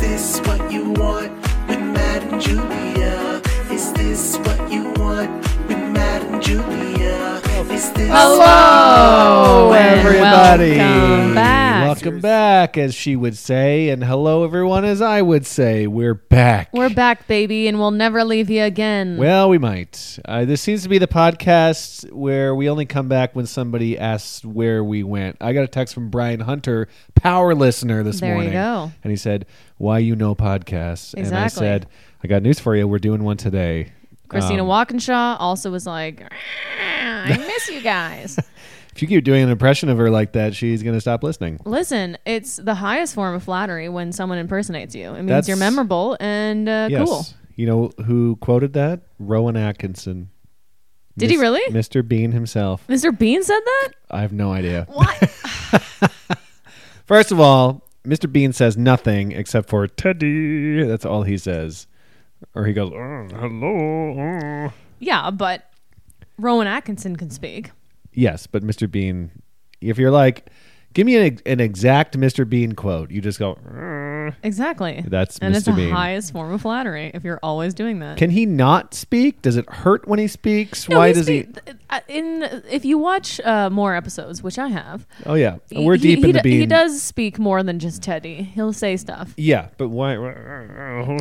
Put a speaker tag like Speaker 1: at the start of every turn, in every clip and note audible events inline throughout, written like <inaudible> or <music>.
Speaker 1: this what you want with Matt and Julia? Is this what you want with Matt and Julia? Is this
Speaker 2: Uh,
Speaker 3: Hello,
Speaker 2: and
Speaker 3: everybody.
Speaker 2: welcome back.
Speaker 3: Welcome back, as she would say, and hello, everyone, as I would say. We're back.
Speaker 2: We're back, baby, and we'll never leave you again.
Speaker 3: Well, we might. Uh, this seems to be the podcast where we only come back when somebody asks where we went. I got a text from Brian Hunter, power listener, this
Speaker 2: There you
Speaker 3: morning.
Speaker 2: go.
Speaker 3: And he said, Why you know podcasts? And I
Speaker 2: Exactly.
Speaker 3: said, I got news for you. We're doing one today.
Speaker 2: Christina
Speaker 3: Um,
Speaker 2: Walkinshaw also was like, I miss you
Speaker 3: <laughs>
Speaker 2: guys.
Speaker 3: If you keep doing an impression of her like that, she's going to stop listening.
Speaker 2: Listen, it's the highest form of flattery when someone impersonates you. It means
Speaker 3: That's-
Speaker 2: you're memorable and uh,
Speaker 3: Yes.
Speaker 2: cool.
Speaker 3: You know who quoted that? Rowan Atkinson.
Speaker 2: Did he
Speaker 3: Mis-
Speaker 2: really?
Speaker 3: Mr. Bean himself.
Speaker 2: Mr. Bean said that?
Speaker 3: I have no idea.
Speaker 2: What?
Speaker 3: <laughs> First of all, Mr. Bean says nothing except for Teddy. That's all he says. Or he goes, "Oh, hello. oh."
Speaker 2: yeah, but Rowan Atkinson can speak.
Speaker 3: Yes, but Mr. Bean, if you're like, give me an, an exact Mr. Bean quote, you just go, "Oh."
Speaker 2: Exactly.
Speaker 3: That's
Speaker 2: and it's
Speaker 3: Mr.
Speaker 2: the
Speaker 3: Bean.
Speaker 2: highest form of flattery if you're always doing that.
Speaker 3: can he not speak? Does it hurt when he speaks?
Speaker 2: No,
Speaker 3: Why
Speaker 2: he
Speaker 3: does he?
Speaker 2: speak- th- uh, In if you watch uh, more episodes, which I have,
Speaker 3: Oh, yeah.
Speaker 2: he-
Speaker 3: We're
Speaker 2: he,
Speaker 3: deep
Speaker 2: he
Speaker 3: in the
Speaker 2: do-
Speaker 3: Bean.
Speaker 2: He does speak more than just Teddy. He'll say stuff
Speaker 3: Yeah, but why?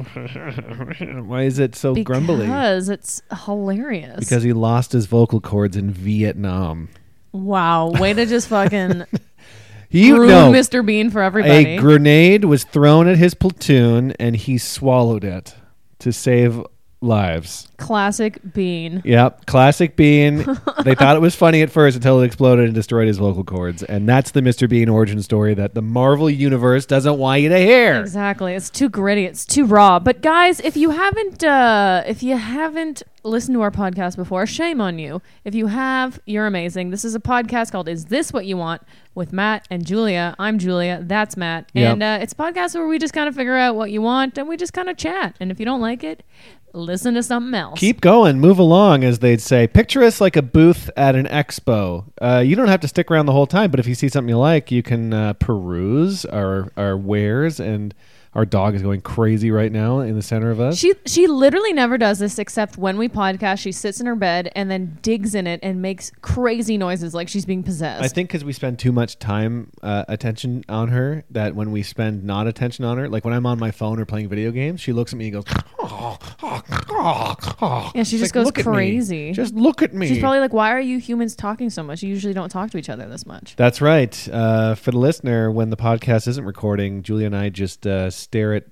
Speaker 3: <laughs> Why is it so E, grumbly?
Speaker 2: because it's hilarious.
Speaker 3: Because he lost his vocal cords in Vietnam.
Speaker 2: wow, way to just fucking
Speaker 3: <laughs> You
Speaker 2: ruin
Speaker 3: know,
Speaker 2: Mr. Bean for everybody.
Speaker 3: a grenade was thrown at his platoon, and he swallowed it to save lives.
Speaker 2: Classic Bean.
Speaker 3: Yep, classic Bean. they thought it was funny at first until it exploded and destroyed his vocal cords, and that's the Mr. Bean origin story that the Marvel universe doesn't want you to hear.
Speaker 2: Exactly. It's too gritty. It's too raw. But guys, if you haven't uh, if you haven't listened to our podcast before, shame on you. If you have, you're amazing. This is a podcast called "Is This What You Want?" with Matt and Julia. I'm Julia. That's Matt.
Speaker 3: Yep.
Speaker 2: And uh, it's a podcast where we just kind of figure out what you want and we just kind of chat. And if you don't like it, listen to something else.
Speaker 3: Keep going, move along, as they'd say. Picture us like a booth at an expo. Uh, you don't have to stick around the whole time, but if you see something you like, you can uh, peruse our our wares. And our dog is going crazy right now in the center of us.
Speaker 2: she she literally never does this except when we podcast. She sits in her bed and then digs in it and makes crazy noises like she's being possessed.
Speaker 3: I think because we spend too much time uh, attention on her, that when we spend not attention on her, like when I'm on my phone or playing video games, she looks at me and goes, oh, oh, oh, oh.
Speaker 2: Yeah, she
Speaker 3: It's
Speaker 2: just goes
Speaker 3: "Look at me.
Speaker 2: crazy."
Speaker 3: Just look at me.
Speaker 2: She's probably like, why are you humans talking so much? You usually don't talk to each other this much.
Speaker 3: That's right. Uh, for the listener, when the podcast isn't recording, Julia and I just uh, stare at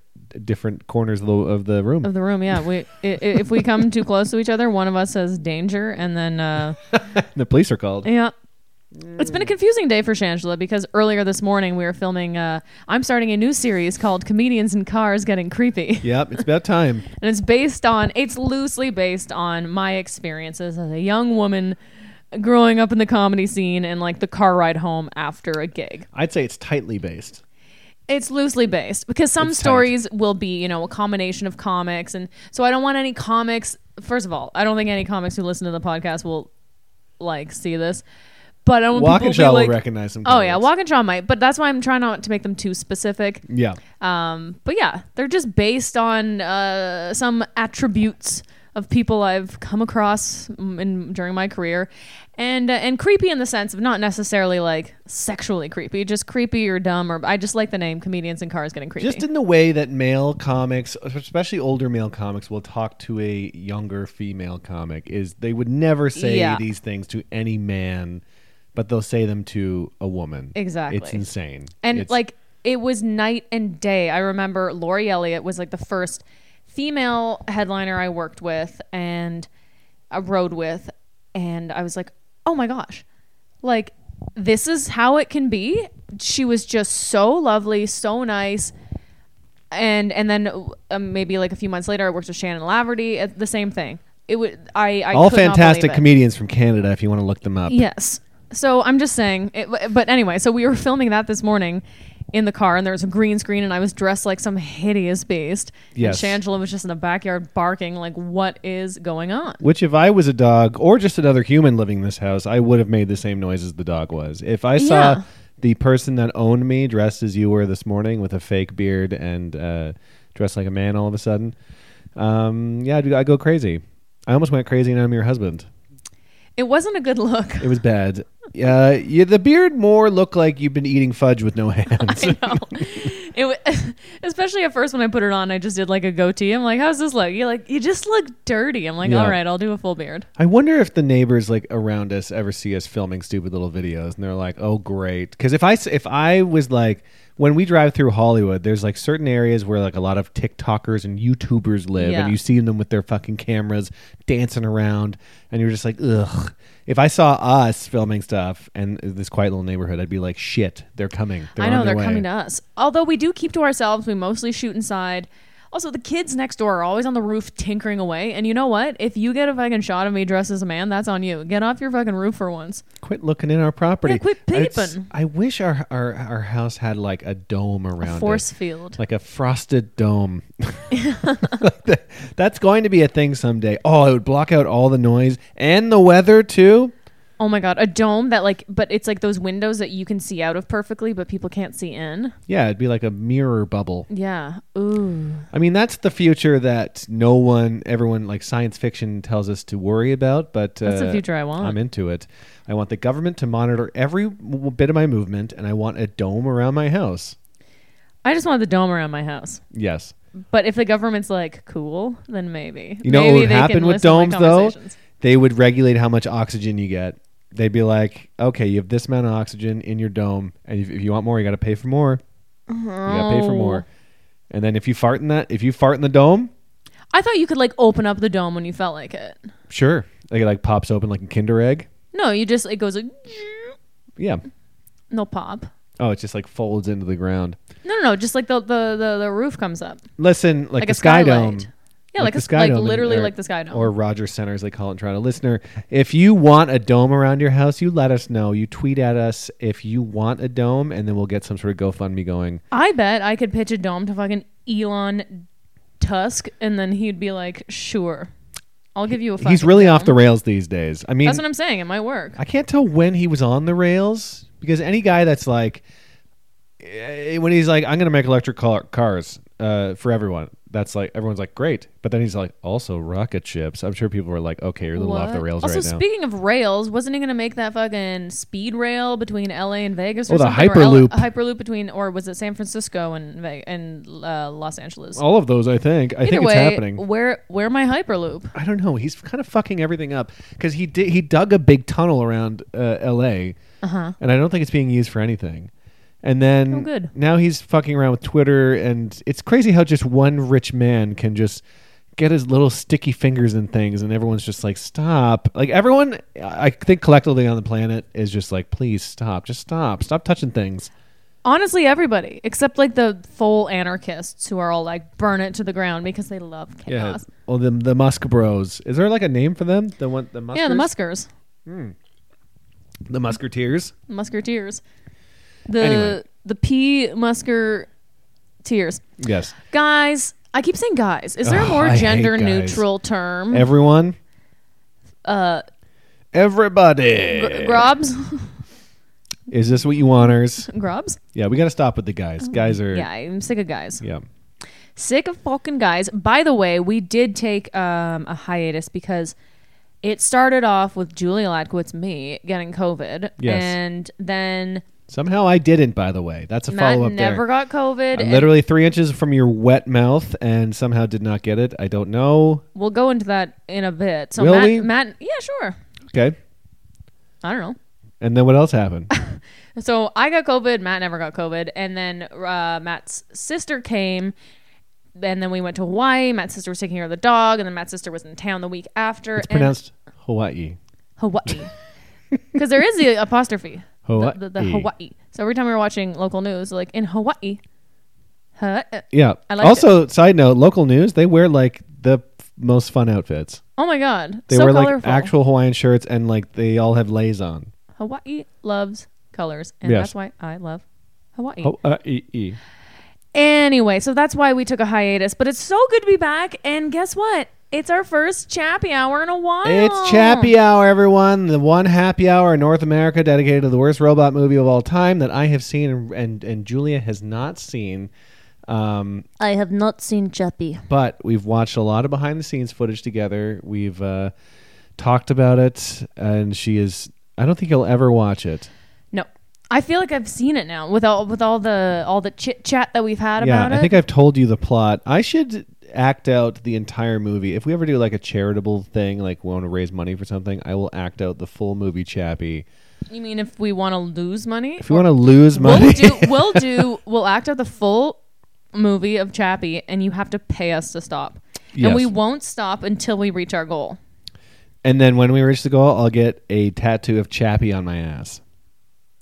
Speaker 3: different corners of the, of the room.
Speaker 2: Of the room, yeah. We i- i- if we come too close to each other, one of us says danger, and then uh,
Speaker 3: the police are
Speaker 2: <laughs>
Speaker 3: called.
Speaker 2: yeah. It's been a confusing day for Shangela because earlier this morning we were filming. Uh, I'm starting a new series called "Comedians in Cars Getting Creepy,"
Speaker 3: Yep, it's about time.
Speaker 2: and it's based on. It's loosely based on my experiences as a young woman growing up in the comedy scene and like the car ride home after a gig.
Speaker 3: I'd say it's tightly based.
Speaker 2: It's loosely based because some
Speaker 3: It's tight.
Speaker 2: stories will be, you know, a combination of comics. And so I don't want any comics. First of all, I don't think any comics who listen to the podcast will like see this. But I want
Speaker 3: Walk
Speaker 2: people
Speaker 3: and
Speaker 2: to be
Speaker 3: Shaw will
Speaker 2: like,
Speaker 3: recognize some.
Speaker 2: Oh yeah,
Speaker 3: comments.
Speaker 2: Walk and Shaw might, but that's why I'm trying not to make them too specific.
Speaker 3: yeah.
Speaker 2: Um, but yeah, they're just based on uh, some attributes of people I've come across mm, in, during my career, and uh, and creepy in the sense of not necessarily like sexually creepy, just creepy or dumb or I just like the name comedians in cars getting creepy.
Speaker 3: Just in the way that male comics, especially older male comics, will talk to a younger female comic, is they would never say
Speaker 2: Yeah.
Speaker 3: these things to any man, but they'll say them to a woman. It's
Speaker 2: Exactly.
Speaker 3: insane.
Speaker 2: and
Speaker 3: It's-
Speaker 2: like it was night and day. I remember Lori Elliott was like the first female headliner I worked with and I rode with, and I was like, oh my gosh, like this is how it can be. She was just so lovely, so nice. And and then uh, maybe like a few months later, I worked with Shannon Laverty. uh, The same thing. It would I, I
Speaker 3: all
Speaker 2: could not believe
Speaker 3: fantastic
Speaker 2: it.
Speaker 3: comedians from Canada, if you want to look them up.
Speaker 2: Yes. So I'm just saying, it, but anyway, so we were filming that this morning in the car, and there was a green screen, and I was dressed like some hideous beast.
Speaker 3: Yes.
Speaker 2: And Shangela was just in the backyard barking, like, what is going on?
Speaker 3: Which, if I was a dog or just another human living in this house, I would have made the same noise as the dog was. If I saw
Speaker 2: Yeah.
Speaker 3: the person that owned me dressed as you were this morning with a fake beard and uh, dressed like a man all of a sudden. Um, yeah, I'd, I'd go crazy. I almost went crazy, and I'm your husband.
Speaker 2: It wasn't a good look. <laughs>
Speaker 3: It was bad. Uh, yeah, the beard more looked like you've been eating fudge
Speaker 2: <laughs>
Speaker 3: with no hands.
Speaker 2: I know. It wa- <laughs> especially at first when I put it on, I just did like a goatee. I'm like, "How's this look?" You're like, "You just look dirty." I'm like,
Speaker 3: Yeah.
Speaker 2: "All right, I'll do a full beard."
Speaker 3: I wonder if the neighbors like around us ever see us filming stupid little videos, and they're like, "Oh, great!" Because if I s- if I was like when we drive through Hollywood, there's like certain areas where like a lot of TikTokers and YouTubers live,
Speaker 2: Yeah.
Speaker 3: and you see them with their fucking cameras dancing around, and you're just like, "Ugh." If I saw us filming stuff and this quiet little neighborhood, I'd be like, "Shit, they're coming." They're
Speaker 2: I know
Speaker 3: on their
Speaker 2: they're
Speaker 3: way.
Speaker 2: coming to us. Although we do keep to ourselves, we mostly shoot inside. Also, the kids next door are always on the roof tinkering away. And you know what? If you get a fucking shot of me dressed as a man, that's on you. Get off your fucking roof for once.
Speaker 3: Quit looking in our property.
Speaker 2: Yeah, quit
Speaker 3: It's-
Speaker 2: peeping.
Speaker 3: I wish our, our our house had like a dome around it.
Speaker 2: Force field.
Speaker 3: like a frosted dome. <laughs> Like that- That's going to be a thing someday. Oh, it would block out all the noise and the weather too.
Speaker 2: Oh my god, a dome that like, but it's like those windows that you can see out of perfectly, but people can't see in.
Speaker 3: Yeah, it'd be like a mirror bubble.
Speaker 2: Yeah. Ooh.
Speaker 3: I mean, that's the future that no one, everyone, like science fiction tells us to worry about. But
Speaker 2: That's
Speaker 3: uh,
Speaker 2: the future I want.
Speaker 3: I'm into it. I want the government to monitor every w- bit of my movement, and I want a dome around my house.
Speaker 2: I just want the dome around my house.
Speaker 3: Yes.
Speaker 2: But if the government's like cool, then maybe.
Speaker 3: You know
Speaker 2: maybe
Speaker 3: what would
Speaker 2: they can
Speaker 3: happen with
Speaker 2: listen to my
Speaker 3: domes though?
Speaker 2: conversations.
Speaker 3: They would regulate how much oxygen you get. They'd be like, okay, you have this amount of oxygen in your dome, and if, if you want more, you got to pay for more. You got to pay for
Speaker 2: No.
Speaker 3: more. And then if you fart in that, if you fart in the dome,
Speaker 2: I thought you could like open up the dome when you felt like it.
Speaker 3: sure, like it like pops open like a Kinder egg.
Speaker 2: No, you just it goes like
Speaker 3: Yeah.
Speaker 2: no pop.
Speaker 3: Oh, it just like folds into the ground.
Speaker 2: No, no, no. Just like the the the, the roof comes up
Speaker 3: Listen, like,
Speaker 2: like
Speaker 3: the
Speaker 2: a
Speaker 3: sky dome.
Speaker 2: skylight. Yeah, like, a sky like
Speaker 3: and-
Speaker 2: literally
Speaker 3: or-
Speaker 2: like the sky dome.
Speaker 3: Or Roger Center, as they call it in Toronto. Listener, if you want a dome around your house, you let us know. You tweet at us if you want a dome, and then we'll get some sort of GoFundMe going.
Speaker 2: I bet I could pitch a dome to fucking Elon Tusk, and then he'd be like, "Sure, I'll give you a."
Speaker 3: He's
Speaker 2: fucking
Speaker 3: really
Speaker 2: dome."
Speaker 3: off the rails these days. I mean,
Speaker 2: That's what I'm saying. It might work.
Speaker 3: I can't tell when he was on the rails because any guy that's like, eh, when he's like, I'm going to make electric car- cars uh, for everyone, that's like, everyone's like, great. But then he's like, also rocket ships. I'm sure people were like, okay, you're a little off the
Speaker 2: What?
Speaker 3: rails
Speaker 2: also,
Speaker 3: right now.
Speaker 2: speaking of rails, wasn't he going to make that fucking speed rail between L.A. and Vegas? Or
Speaker 3: Oh, the
Speaker 2: something? Or
Speaker 3: Hyperloop.
Speaker 2: L- Hyperloop between, or was it San Francisco and Ve- and uh, Los Angeles?
Speaker 3: All of those, I think. Oh, I
Speaker 2: Either
Speaker 3: think
Speaker 2: way,
Speaker 3: it's happening.
Speaker 2: Where where my Hyperloop?
Speaker 3: I don't know. He's kind of fucking everything up because he did. He dug a big tunnel around uh, L.A. and I don't think it's being used for anything. And then
Speaker 2: Uh-huh. Oh, good.
Speaker 3: now he's fucking around with Twitter, and it's crazy how just one rich man can just get his little sticky fingers in things, and everyone's just like, "Stop!" Like everyone, I think collectively on the planet is just like, "Please stop! Just stop! Stop touching things."
Speaker 2: Honestly, everybody except like the full anarchists who are all like burn it to the ground because they love chaos.
Speaker 3: Well, the Oh, the Musk Bros. Is there like a name for them? The one, the Muskers?
Speaker 2: Yeah, the Muskers,
Speaker 3: the Musketeers.
Speaker 2: Musketeers, the
Speaker 3: Anyway.
Speaker 2: the P Musketeers.
Speaker 3: Yes.
Speaker 2: Guys, I keep saying guys. Is there a
Speaker 3: Ugh,
Speaker 2: more
Speaker 3: I hate
Speaker 2: gender neutral term?
Speaker 3: Everyone.
Speaker 2: Mm-hmm. uh,
Speaker 3: Everybody.
Speaker 2: gr- <laughs> grobs,
Speaker 3: Is this what you wanters?
Speaker 2: grobs.
Speaker 3: Yeah, we got to stop with the guys. Guys are.
Speaker 2: Oh, Yeah, I'm sick of guys.
Speaker 3: Yeah.
Speaker 2: Sick of fucking guys. By the way, we did take um, a hiatus because it started off with Julia Ladkowitz, me, getting COVID.
Speaker 3: Yes.
Speaker 2: And then
Speaker 3: Somehow I didn't, by the way. That's a follow
Speaker 2: Matt
Speaker 3: up there.
Speaker 2: never got COVID.
Speaker 3: I'm
Speaker 2: and
Speaker 3: literally three inches from your wet mouth and somehow did not get it. I don't know.
Speaker 2: we'll go into that in a bit. So
Speaker 3: Will
Speaker 2: Matt,
Speaker 3: we?
Speaker 2: Matt, yeah, sure.
Speaker 3: Okay.
Speaker 2: I don't know.
Speaker 3: And then what
Speaker 2: <laughs>
Speaker 3: else happened?
Speaker 2: So I got COVID. Matt never got COVID, and then uh, Matt's sister came, and then we went to Hawaii. Matt's sister was taking care of the dog, and then Matt's sister was in town the week after.
Speaker 3: It's
Speaker 2: and
Speaker 3: pronounced Hawaii.
Speaker 2: Hawaii,
Speaker 3: <laughs>
Speaker 2: because there is the apostrophe.
Speaker 3: Hawaii.
Speaker 2: The, the, the Hawaii. So every time we were watching local news, like in Hawaii, huh? uh,
Speaker 3: Yeah.
Speaker 2: I liked
Speaker 3: also, side note, local news, they wear like the f- most fun outfits.
Speaker 2: Oh my God,
Speaker 3: They
Speaker 2: so
Speaker 3: wear like
Speaker 2: colorful.
Speaker 3: actual Hawaiian shirts and like they all have lays on.
Speaker 2: Hawaii loves colors, and
Speaker 3: Yes.
Speaker 2: that's why I love Hawaii.
Speaker 3: Hawaii.
Speaker 2: Anyway, so that's why we took a hiatus, but it's so good to be back. And guess what? It's our first Chappy Hour in a while.
Speaker 3: It's Chappy Hour, everyone. The one happy hour in North America dedicated to the worst robot movie of all time that I have seen and, and, and Julia has not seen. Um,
Speaker 4: I have not seen Chappie.
Speaker 3: but we've watched a lot of behind the scenes footage together. We've uh, talked about it, and she is. I don't think you'll ever watch it.
Speaker 2: No, I feel like I've seen it now with all with all the all the chit chat that we've had
Speaker 3: yeah,
Speaker 2: about
Speaker 3: I
Speaker 2: it.
Speaker 3: think I've told you the plot. I should act out the entire movie. If we ever do like a charitable thing, like we want to raise money for something, I will act out the full movie, Chappie.
Speaker 2: you mean if we want to lose money?
Speaker 3: If you want to lose money,
Speaker 2: We'll do.
Speaker 3: <laughs>
Speaker 2: We'll do. We'll act out the full movie of Chappie, and you have to pay us to stop.
Speaker 3: Yes.
Speaker 2: And we won't stop until we reach our goal.
Speaker 3: and then when we reach the goal, I'll get a tattoo of Chappie on my ass,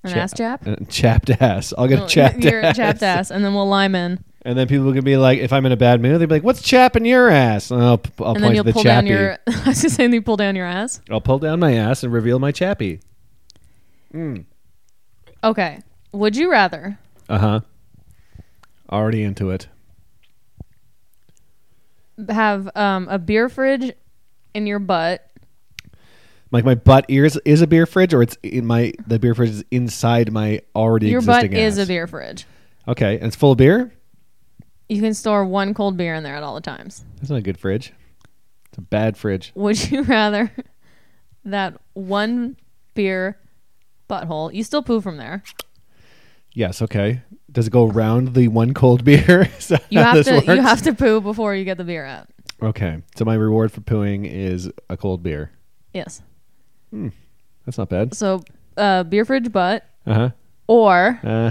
Speaker 2: An
Speaker 3: Cha-
Speaker 2: ass chap.
Speaker 3: Uh, chapped ass. I'll get a
Speaker 2: Well,
Speaker 3: chapped
Speaker 2: Oh, You're a
Speaker 3: ass.
Speaker 2: chapped ass, and then we'll lime in,
Speaker 3: And then people can be like, if I'm in a bad mood, they'll be like, "What's chapping your ass?" And I'll, I'll
Speaker 2: and
Speaker 3: point
Speaker 2: then
Speaker 3: to
Speaker 2: you'll
Speaker 3: the
Speaker 2: pull down
Speaker 3: Chappie.
Speaker 2: your. <laughs> I was just saying, you pull down your ass.
Speaker 3: I'll pull down my ass and reveal my chappy.
Speaker 2: Okay. Would you rather?
Speaker 3: Uh huh. Already into it.
Speaker 2: have um, a beer fridge in your butt.
Speaker 3: Like my butt ears is a beer fridge, or it's in my the beer fridge is inside my already
Speaker 2: your butt
Speaker 3: existing
Speaker 2: is a
Speaker 3: ass?
Speaker 2: beer fridge.
Speaker 3: Okay, and it's full of beer.
Speaker 2: You can store one cold beer in there at all the times.
Speaker 3: That's not a good fridge. It's a bad fridge.
Speaker 2: Would you <laughs> rather that one beer butthole? You still poo from
Speaker 3: <laughs>
Speaker 2: there.
Speaker 3: Yes. Okay. Does it go around the one cold <laughs> beer? Is that
Speaker 2: You
Speaker 3: how
Speaker 2: have
Speaker 3: this
Speaker 2: to
Speaker 3: works?
Speaker 2: you have to poo before you get the beer out.
Speaker 3: Okay. So my reward for pooing is a cold beer.
Speaker 2: Yes.
Speaker 3: That's not bad.
Speaker 2: So uh, beer fridge butt
Speaker 3: Uh huh.
Speaker 2: or
Speaker 3: Uh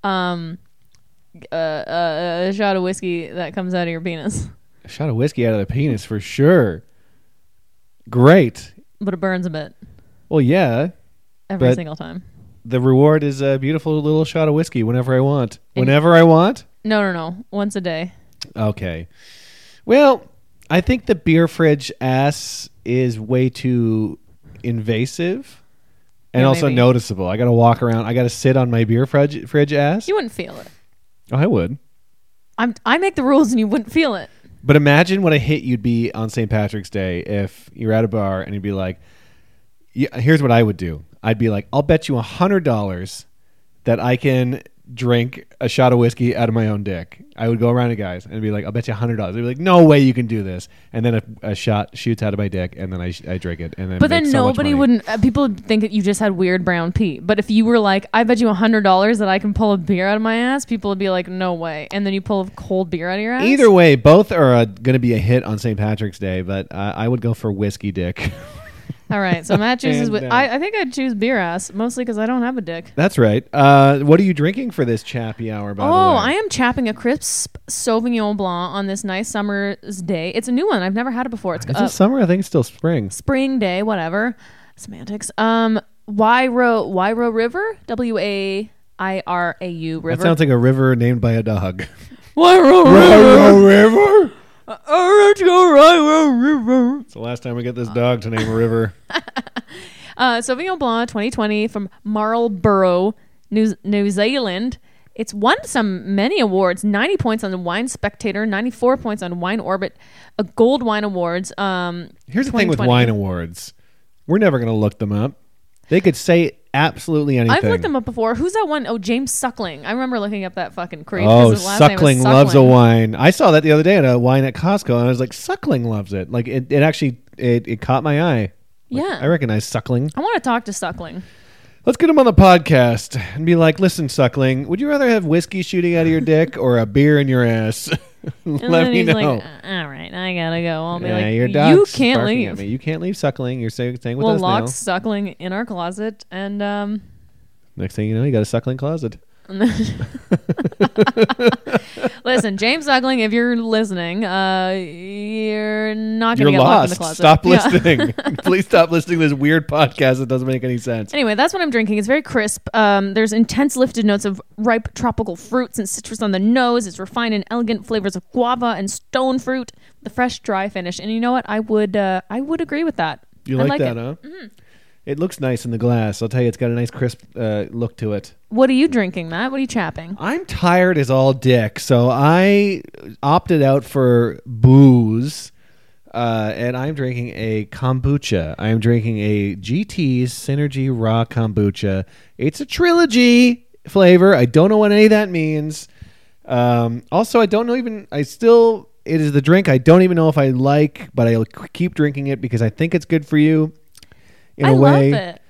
Speaker 3: huh.
Speaker 2: um uh, uh, a shot of whiskey that comes out of your penis,
Speaker 3: A shot of whiskey out of the penis for sure. Great.
Speaker 2: but it burns a bit
Speaker 3: Well, yeah.
Speaker 2: every
Speaker 3: But-
Speaker 2: single time.
Speaker 3: The reward is a beautiful little shot of whiskey whenever I want.
Speaker 2: And-
Speaker 3: Whenever I want?
Speaker 2: No, no, no. Once a day.
Speaker 3: Okay. Well, I think the beer fridge ass is way too invasive and
Speaker 2: Yeah,
Speaker 3: also
Speaker 2: maybe.
Speaker 3: noticeable. I got to walk around. I got to sit on my beer fridge fridge ass.
Speaker 2: You wouldn't feel it.
Speaker 3: oh, I would.
Speaker 2: I'm, I make the rules and you wouldn't feel it.
Speaker 3: But imagine what a hit you'd be on St. Patrick's Day if you're at a bar and you'd be like, yeah, here's what I would do. I'd be like, I'll bet you $100 that I can drink a shot of whiskey out of my own dick. I would go around to guys and be like, I'll bet you $100. They'd be like, no way you can do this. And then a, a shot shoots out of my dick and then I, sh- I drink it. And then
Speaker 2: But
Speaker 3: make
Speaker 2: then
Speaker 3: so much
Speaker 2: nobody
Speaker 3: money.
Speaker 2: wouldn't. Uh, people would think that you just had weird brown pee. But if you were like, I bet you $100 that I can pull a beer out of my ass, people would be like, no way. And then you pull a cold beer out of your ass.
Speaker 3: Either way, both are uh, going to be a hit on St. Patrick's Day, but uh, I would go for whiskey dick. <laughs>
Speaker 2: All right. So Matt chooses.
Speaker 3: And,
Speaker 2: with,
Speaker 3: uh,
Speaker 2: I, I think I'd choose beer ass, mostly because I don't have a dick.
Speaker 3: That's right. Uh, what are you drinking for this chappy hour, by the way?
Speaker 2: Oh, I am chapping a crisp Sauvignon Blanc on this nice summer's day. It's a new one. I've never had it before. It's
Speaker 3: Is
Speaker 2: uh,
Speaker 3: it summer? I think it's still spring.
Speaker 2: spring day, whatever. Semantics. Um, Wairo Wairo River, W A I R A U River.
Speaker 3: That sounds like a river named by
Speaker 2: <laughs>
Speaker 3: a dog.
Speaker 2: Wairo
Speaker 3: river.
Speaker 2: Uh, River.
Speaker 3: It's the last time we get this dog to name a river.
Speaker 2: Uh, Sauvignon Blanc 2020 from Marlborough, New, New Zealand. It's won some many awards 90 points on the Wine Spectator, 94 points on Wine Orbit, a Gold Wine Awards. Um,
Speaker 3: Here's the thing with
Speaker 2: 2020.
Speaker 3: wine awards. We're never going to look them up. They could say absolutely anything.
Speaker 2: I've looked them up before. Who's that one? Oh, James Suckling. I remember looking up that fucking creep. 'cause
Speaker 3: Oh,
Speaker 2: his last name is
Speaker 3: suckling loves a wine. I saw that the other day at a wine at Costco, and I was like, "Suckling loves it." Like it, it actually, it, it caught my eye. Like,
Speaker 2: Yeah.
Speaker 3: I recognize suckling.
Speaker 2: I want to talk to Suckling.
Speaker 3: Let's get him on the podcast and be like, "Listen, suckling, would you rather have whiskey shooting out of your dick or a beer in your ass?" <laughs>
Speaker 2: And
Speaker 3: Let
Speaker 2: then
Speaker 3: me
Speaker 2: he's
Speaker 3: know.
Speaker 2: like, "Uh, all right, I gotta go. I'll be
Speaker 3: Yeah,
Speaker 2: like,
Speaker 3: your
Speaker 2: you
Speaker 3: dog's
Speaker 2: can't
Speaker 3: barking at
Speaker 2: leave.
Speaker 3: me. You can't leave suckling. You're staying, staying with
Speaker 2: We'll
Speaker 3: us
Speaker 2: lock suckling in our closet, and um,
Speaker 3: now. Next thing you know, you got a suckling closet.
Speaker 2: listen, James Suckling, if you're listening, uh, you're not gonna
Speaker 3: You're
Speaker 2: get locked in the
Speaker 3: lost.
Speaker 2: closet.
Speaker 3: Stop
Speaker 2: Yeah.
Speaker 3: listening. <laughs> Please stop listening to this weird podcast that doesn't make any sense.
Speaker 2: <laughs> Anyway, that's what I'm drinking. It's very crisp. Um, there's intense lifted notes of ripe tropical fruits and citrus on the nose. It's refined and elegant flavors of guava and stone fruit, the fresh, dry finish. And you know what? I would, uh, I would agree with that.
Speaker 3: You
Speaker 2: I like
Speaker 3: like, that,
Speaker 2: it.
Speaker 3: huh? It looks nice in the glass. I'll tell you, it's got a nice crisp uh, look to it.
Speaker 2: What are you drinking, Matt? What are you chapping?
Speaker 3: I'm tired as all dick, so I opted out for booze, uh, and I'm drinking a kombucha. I am drinking a GT Synergy Raw Kombucha. It's a trilogy flavor. I don't know what any of that means. Um, also, I don't know even. I still. It is the drink I don't even know if I like, but I keep drinking it because I think it's good for you. In
Speaker 2: I
Speaker 3: a
Speaker 2: love
Speaker 3: way,
Speaker 2: it.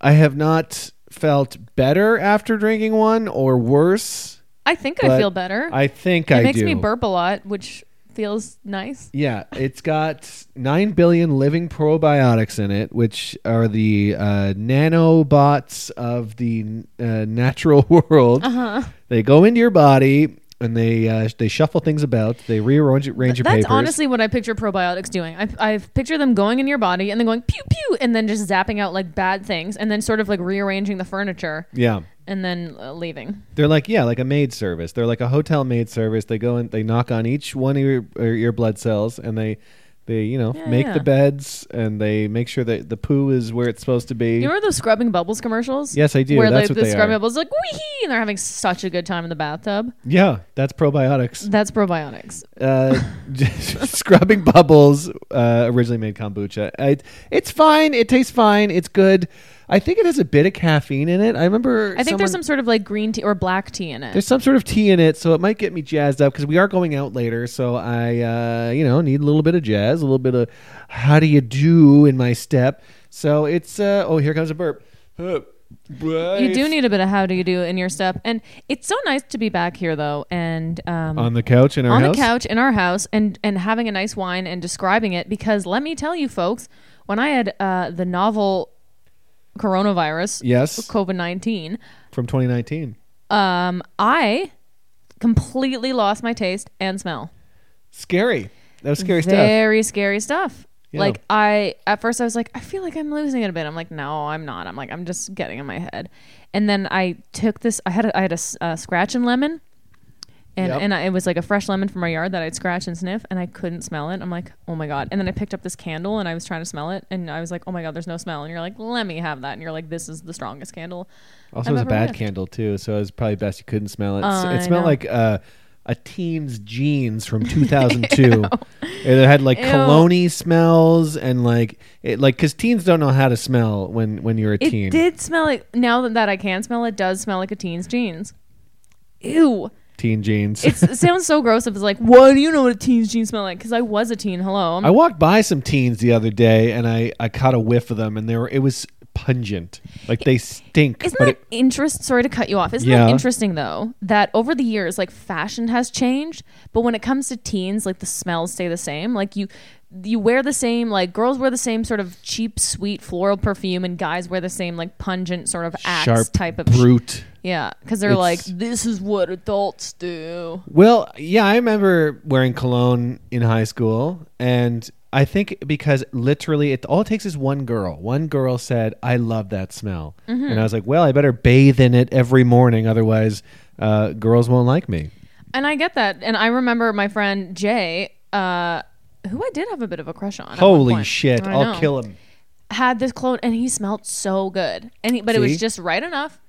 Speaker 3: I have not felt better after drinking one or worse.
Speaker 2: I think
Speaker 3: but
Speaker 2: I feel better.
Speaker 3: I think
Speaker 2: it
Speaker 3: I
Speaker 2: makes
Speaker 3: do.
Speaker 2: me burp a lot, which feels nice.
Speaker 3: Yeah, it's got 9 billion living probiotics in it, which are the uh, nanobots of the uh, natural <laughs> world. Uh-huh. They go into your body and they uh, they shuffle things about. They rearrange range your
Speaker 2: That's
Speaker 3: papers.
Speaker 2: honestly what I picture probiotics doing. I, I picture them going in your body and then going pew pew and then just zapping out like bad things and then sort of like rearranging the furniture
Speaker 3: yeah.
Speaker 2: and then uh, leaving.
Speaker 3: They're like yeah, like a maid service. They're like a hotel maid service. They go and they knock on each one of your, or your blood cells, and they they you know
Speaker 2: Yeah,
Speaker 3: make
Speaker 2: yeah.
Speaker 3: the beds and they make sure that the poo is where it's supposed to be.
Speaker 2: You remember those scrubbing bubbles commercials?
Speaker 3: Yes, I do.
Speaker 2: Where
Speaker 3: That's
Speaker 2: like
Speaker 3: what
Speaker 2: the
Speaker 3: they
Speaker 2: scrubbing
Speaker 3: are.
Speaker 2: bubbles like weehee and they're having such a good time in the bathtub.
Speaker 3: yeah, that's probiotics.
Speaker 2: That's probiotics.
Speaker 3: Uh, <laughs> scrubbing bubbles uh, originally made kombucha. I, it's fine. It tastes fine. It's good. I think it has a bit of caffeine in it. I remember.
Speaker 2: I think there's some
Speaker 3: someone-
Speaker 2: sort of like green tea or black tea in it.
Speaker 3: There's some sort of tea in it, so it might get me jazzed up because we are going out later. So I, uh, you know, need a little bit of jazz, a little bit of how do you do in my step. So it's uh, oh, here comes a burp.
Speaker 2: you do need a bit of how do you do in your step. And it's so nice to be back here though and um,
Speaker 3: on the couch in our
Speaker 2: on
Speaker 3: house.
Speaker 2: the couch in our house and and having a nice wine and describing it because let me tell you folks when i had uh, the novel coronavirus
Speaker 3: Yes,
Speaker 2: covid-19
Speaker 3: from 2019.
Speaker 2: um, i completely lost my taste and smell
Speaker 3: Scary. That was scary stuff.
Speaker 2: very scary stuff
Speaker 3: Yeah.
Speaker 2: like i at first i was like i feel like i'm losing it a bit i'm like no i'm not i'm like i'm just getting in my head and then i took this i had a, I had a s- uh, scratch and lemon and,
Speaker 3: Yep.
Speaker 2: and I, it was like a fresh lemon from our yard that I'd scratch and sniff, and I couldn't smell it. I'm like, oh my god! And then I picked up this candle, and I was trying to smell it, and I was like, oh my god, there's no smell. And you're like, let me have that, and you're like, this is the strongest candle. I've
Speaker 3: Also, it was a
Speaker 2: ever
Speaker 3: bad
Speaker 2: lived.
Speaker 3: candle too, so it was probably best you couldn't smell it. S-
Speaker 2: I
Speaker 3: it smelled
Speaker 2: know.
Speaker 3: like uh, a teen's
Speaker 2: <laughs>
Speaker 3: jeans from 2002. it had like
Speaker 2: Ew.
Speaker 3: cologne smells and like it like because teens don't know how to smell when when you're a
Speaker 2: It
Speaker 3: teen.
Speaker 2: did smell like now that- that I can smell it, does smell like a teen's jeans. Ew!
Speaker 3: Teen jeans.
Speaker 2: <laughs> It's, it sounds so gross. If it's like, what do you know what a teen's jeans smell like? Because I was a teen. Hello, I'm-
Speaker 3: I walked by some teens the other day and I I caught a whiff of them and they were it was pungent like they stink.
Speaker 2: Isn't
Speaker 3: but
Speaker 2: that
Speaker 3: it,
Speaker 2: interest? Sorry to cut you off. Isn't
Speaker 3: Yeah.
Speaker 2: that interesting though? That over the years, like fashion has changed, but when it comes to teens, like the smells stay the same. Like you, you wear the same. Like girls wear the same sort of cheap, sweet floral perfume, and guys wear the same like pungent sort of axe
Speaker 3: sharp
Speaker 2: type of. sh-
Speaker 3: brute.
Speaker 2: yeah, because they're
Speaker 3: It's-
Speaker 2: like, this is what adults do.
Speaker 3: Well, yeah, I remember wearing cologne in high school, and I think because literally, it all it takes is one girl. One girl said, "I love that smell,"
Speaker 2: Mm-hmm.
Speaker 3: and I was like, "Well, I better bathe in it every morning, otherwise, uh, girls won't like me."
Speaker 2: And I get that. And I remember my friend Jay, uh, who I did have a bit of a crush on. at one
Speaker 3: Holy
Speaker 2: point.
Speaker 3: shit!
Speaker 2: I
Speaker 3: I'll
Speaker 2: know.
Speaker 3: kill him.
Speaker 2: had this clone and he smelled so good. And he, but it
Speaker 3: See?
Speaker 2: was just right enough.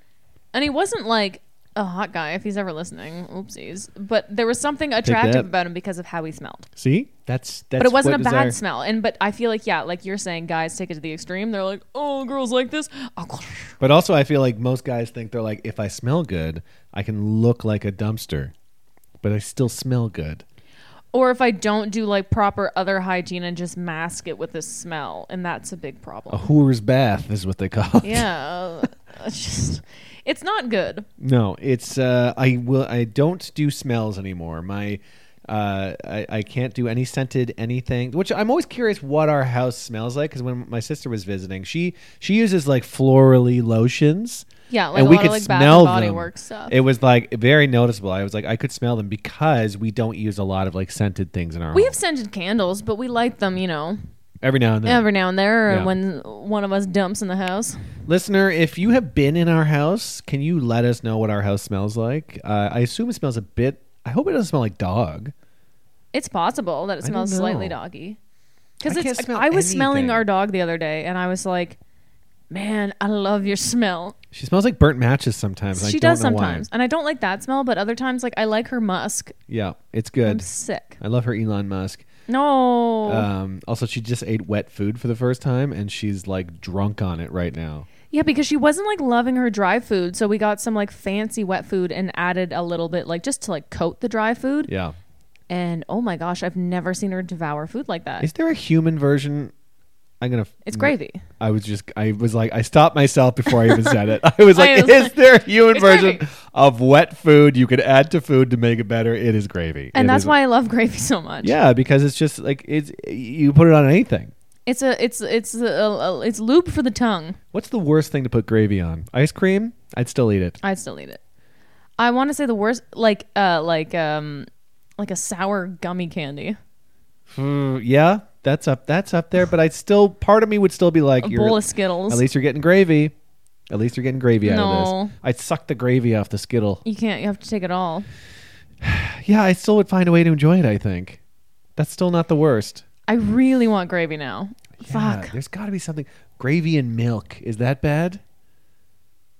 Speaker 2: And he wasn't like a hot guy if he's ever listening. Oopsies. But there was something
Speaker 3: that.
Speaker 2: attractive about him because of how he smelled.
Speaker 3: See, that's that's.
Speaker 2: But it wasn't a
Speaker 3: what
Speaker 2: bad
Speaker 3: desire-
Speaker 2: smell. And but I feel like yeah, like you're saying guys take it to the extreme. They're like, "Oh, girls like this." Oh,
Speaker 3: But also, I feel like most guys think they're like, if I smell good, I can look like a dumpster, but I still smell good.
Speaker 2: Or if I don't do like proper other hygiene and just mask it with a smell, and that's a big problem.
Speaker 3: A whore's bath is what they call it.
Speaker 2: Yeah. uh, <laughs> it's just it's not good.
Speaker 3: No, it's uh, I will. I don't do smells anymore. My uh, I, I can't do any scented anything. Which I'm always curious what our house smells like because when my sister was visiting, she she uses like florally lotions.
Speaker 2: Yeah, like
Speaker 3: and
Speaker 2: a
Speaker 3: we
Speaker 2: lot
Speaker 3: could
Speaker 2: of, like, Bath and
Speaker 3: smell
Speaker 2: Body
Speaker 3: them.
Speaker 2: Works stuff.
Speaker 3: It was like very noticeable. I was like, I could smell them because we don't use a lot of like scented things in our
Speaker 2: We
Speaker 3: home.
Speaker 2: have scented candles, but we light them, you know,
Speaker 3: every now and then.
Speaker 2: every now and there or
Speaker 3: Yeah.
Speaker 2: when one of us dumps in the house.
Speaker 3: Listener, if you have been in our house, can you let us know what our house smells like? Uh, I assume it smells a bit. I hope it doesn't smell like dog.
Speaker 2: It's possible that it
Speaker 3: don't
Speaker 2: smells
Speaker 3: know.
Speaker 2: slightly doggy.
Speaker 3: I
Speaker 2: Because
Speaker 3: can't
Speaker 2: it's.
Speaker 3: smell
Speaker 2: I was smelling
Speaker 3: anything.
Speaker 2: our dog the other day, and I was like, man, I love your smell.
Speaker 3: She smells like burnt matches sometimes. and I
Speaker 2: she
Speaker 3: don't
Speaker 2: does
Speaker 3: know why.
Speaker 2: sometimes, and I don't like that smell, but other times, like I like her musk.
Speaker 3: Yeah, it's
Speaker 2: I'm Oh.
Speaker 3: good.
Speaker 2: sick.
Speaker 3: I love her Elon Musk.
Speaker 2: No.
Speaker 3: Um, also, she just ate wet food for the first time, and she's like drunk on it right now.
Speaker 2: yeah, because she wasn't like loving her dry food, so we got some like fancy wet food and added a little bit, like just to like coat the dry food.
Speaker 3: Yeah.
Speaker 2: And oh my gosh, I've never seen her devour food like that.
Speaker 3: Is there a human version? I'm gonna.
Speaker 2: it's gravy.
Speaker 3: I was just. I was like. I stopped myself before I even said it. <laughs> I was
Speaker 2: I
Speaker 3: like,
Speaker 2: was
Speaker 3: "Is there a
Speaker 2: <laughs>
Speaker 3: human
Speaker 2: It's
Speaker 3: version
Speaker 2: gravy.
Speaker 3: of wet food you could add to food to make it better? It is gravy."
Speaker 2: And
Speaker 3: It
Speaker 2: that's
Speaker 3: is-
Speaker 2: why I love gravy so much.
Speaker 3: Yeah, because it's just like it's. You put it on anything.
Speaker 2: It's a it's it's a, a- it's lube for the tongue.
Speaker 3: What's the worst thing to put gravy on? Ice cream? I'd still eat it.
Speaker 2: I'd still eat it. I want to say the worst like uh like um like a sour gummy candy.
Speaker 3: Mm, yeah, that's up. That's up there. But I'd still. Part of me would still be like,
Speaker 2: A
Speaker 3: you're-
Speaker 2: bowl of Skittles.
Speaker 3: At least you're getting gravy. At least you're getting gravy out of
Speaker 2: No.
Speaker 3: this. I'd suck the gravy off the skittle.
Speaker 2: you can't you have to take it all.
Speaker 3: Yeah, I still would find a way to enjoy it. I think that's still not the worst.
Speaker 2: I really want gravy now.
Speaker 3: Yeah,
Speaker 2: Fuck.
Speaker 3: there's got to be something. Gravy and milk is that bad?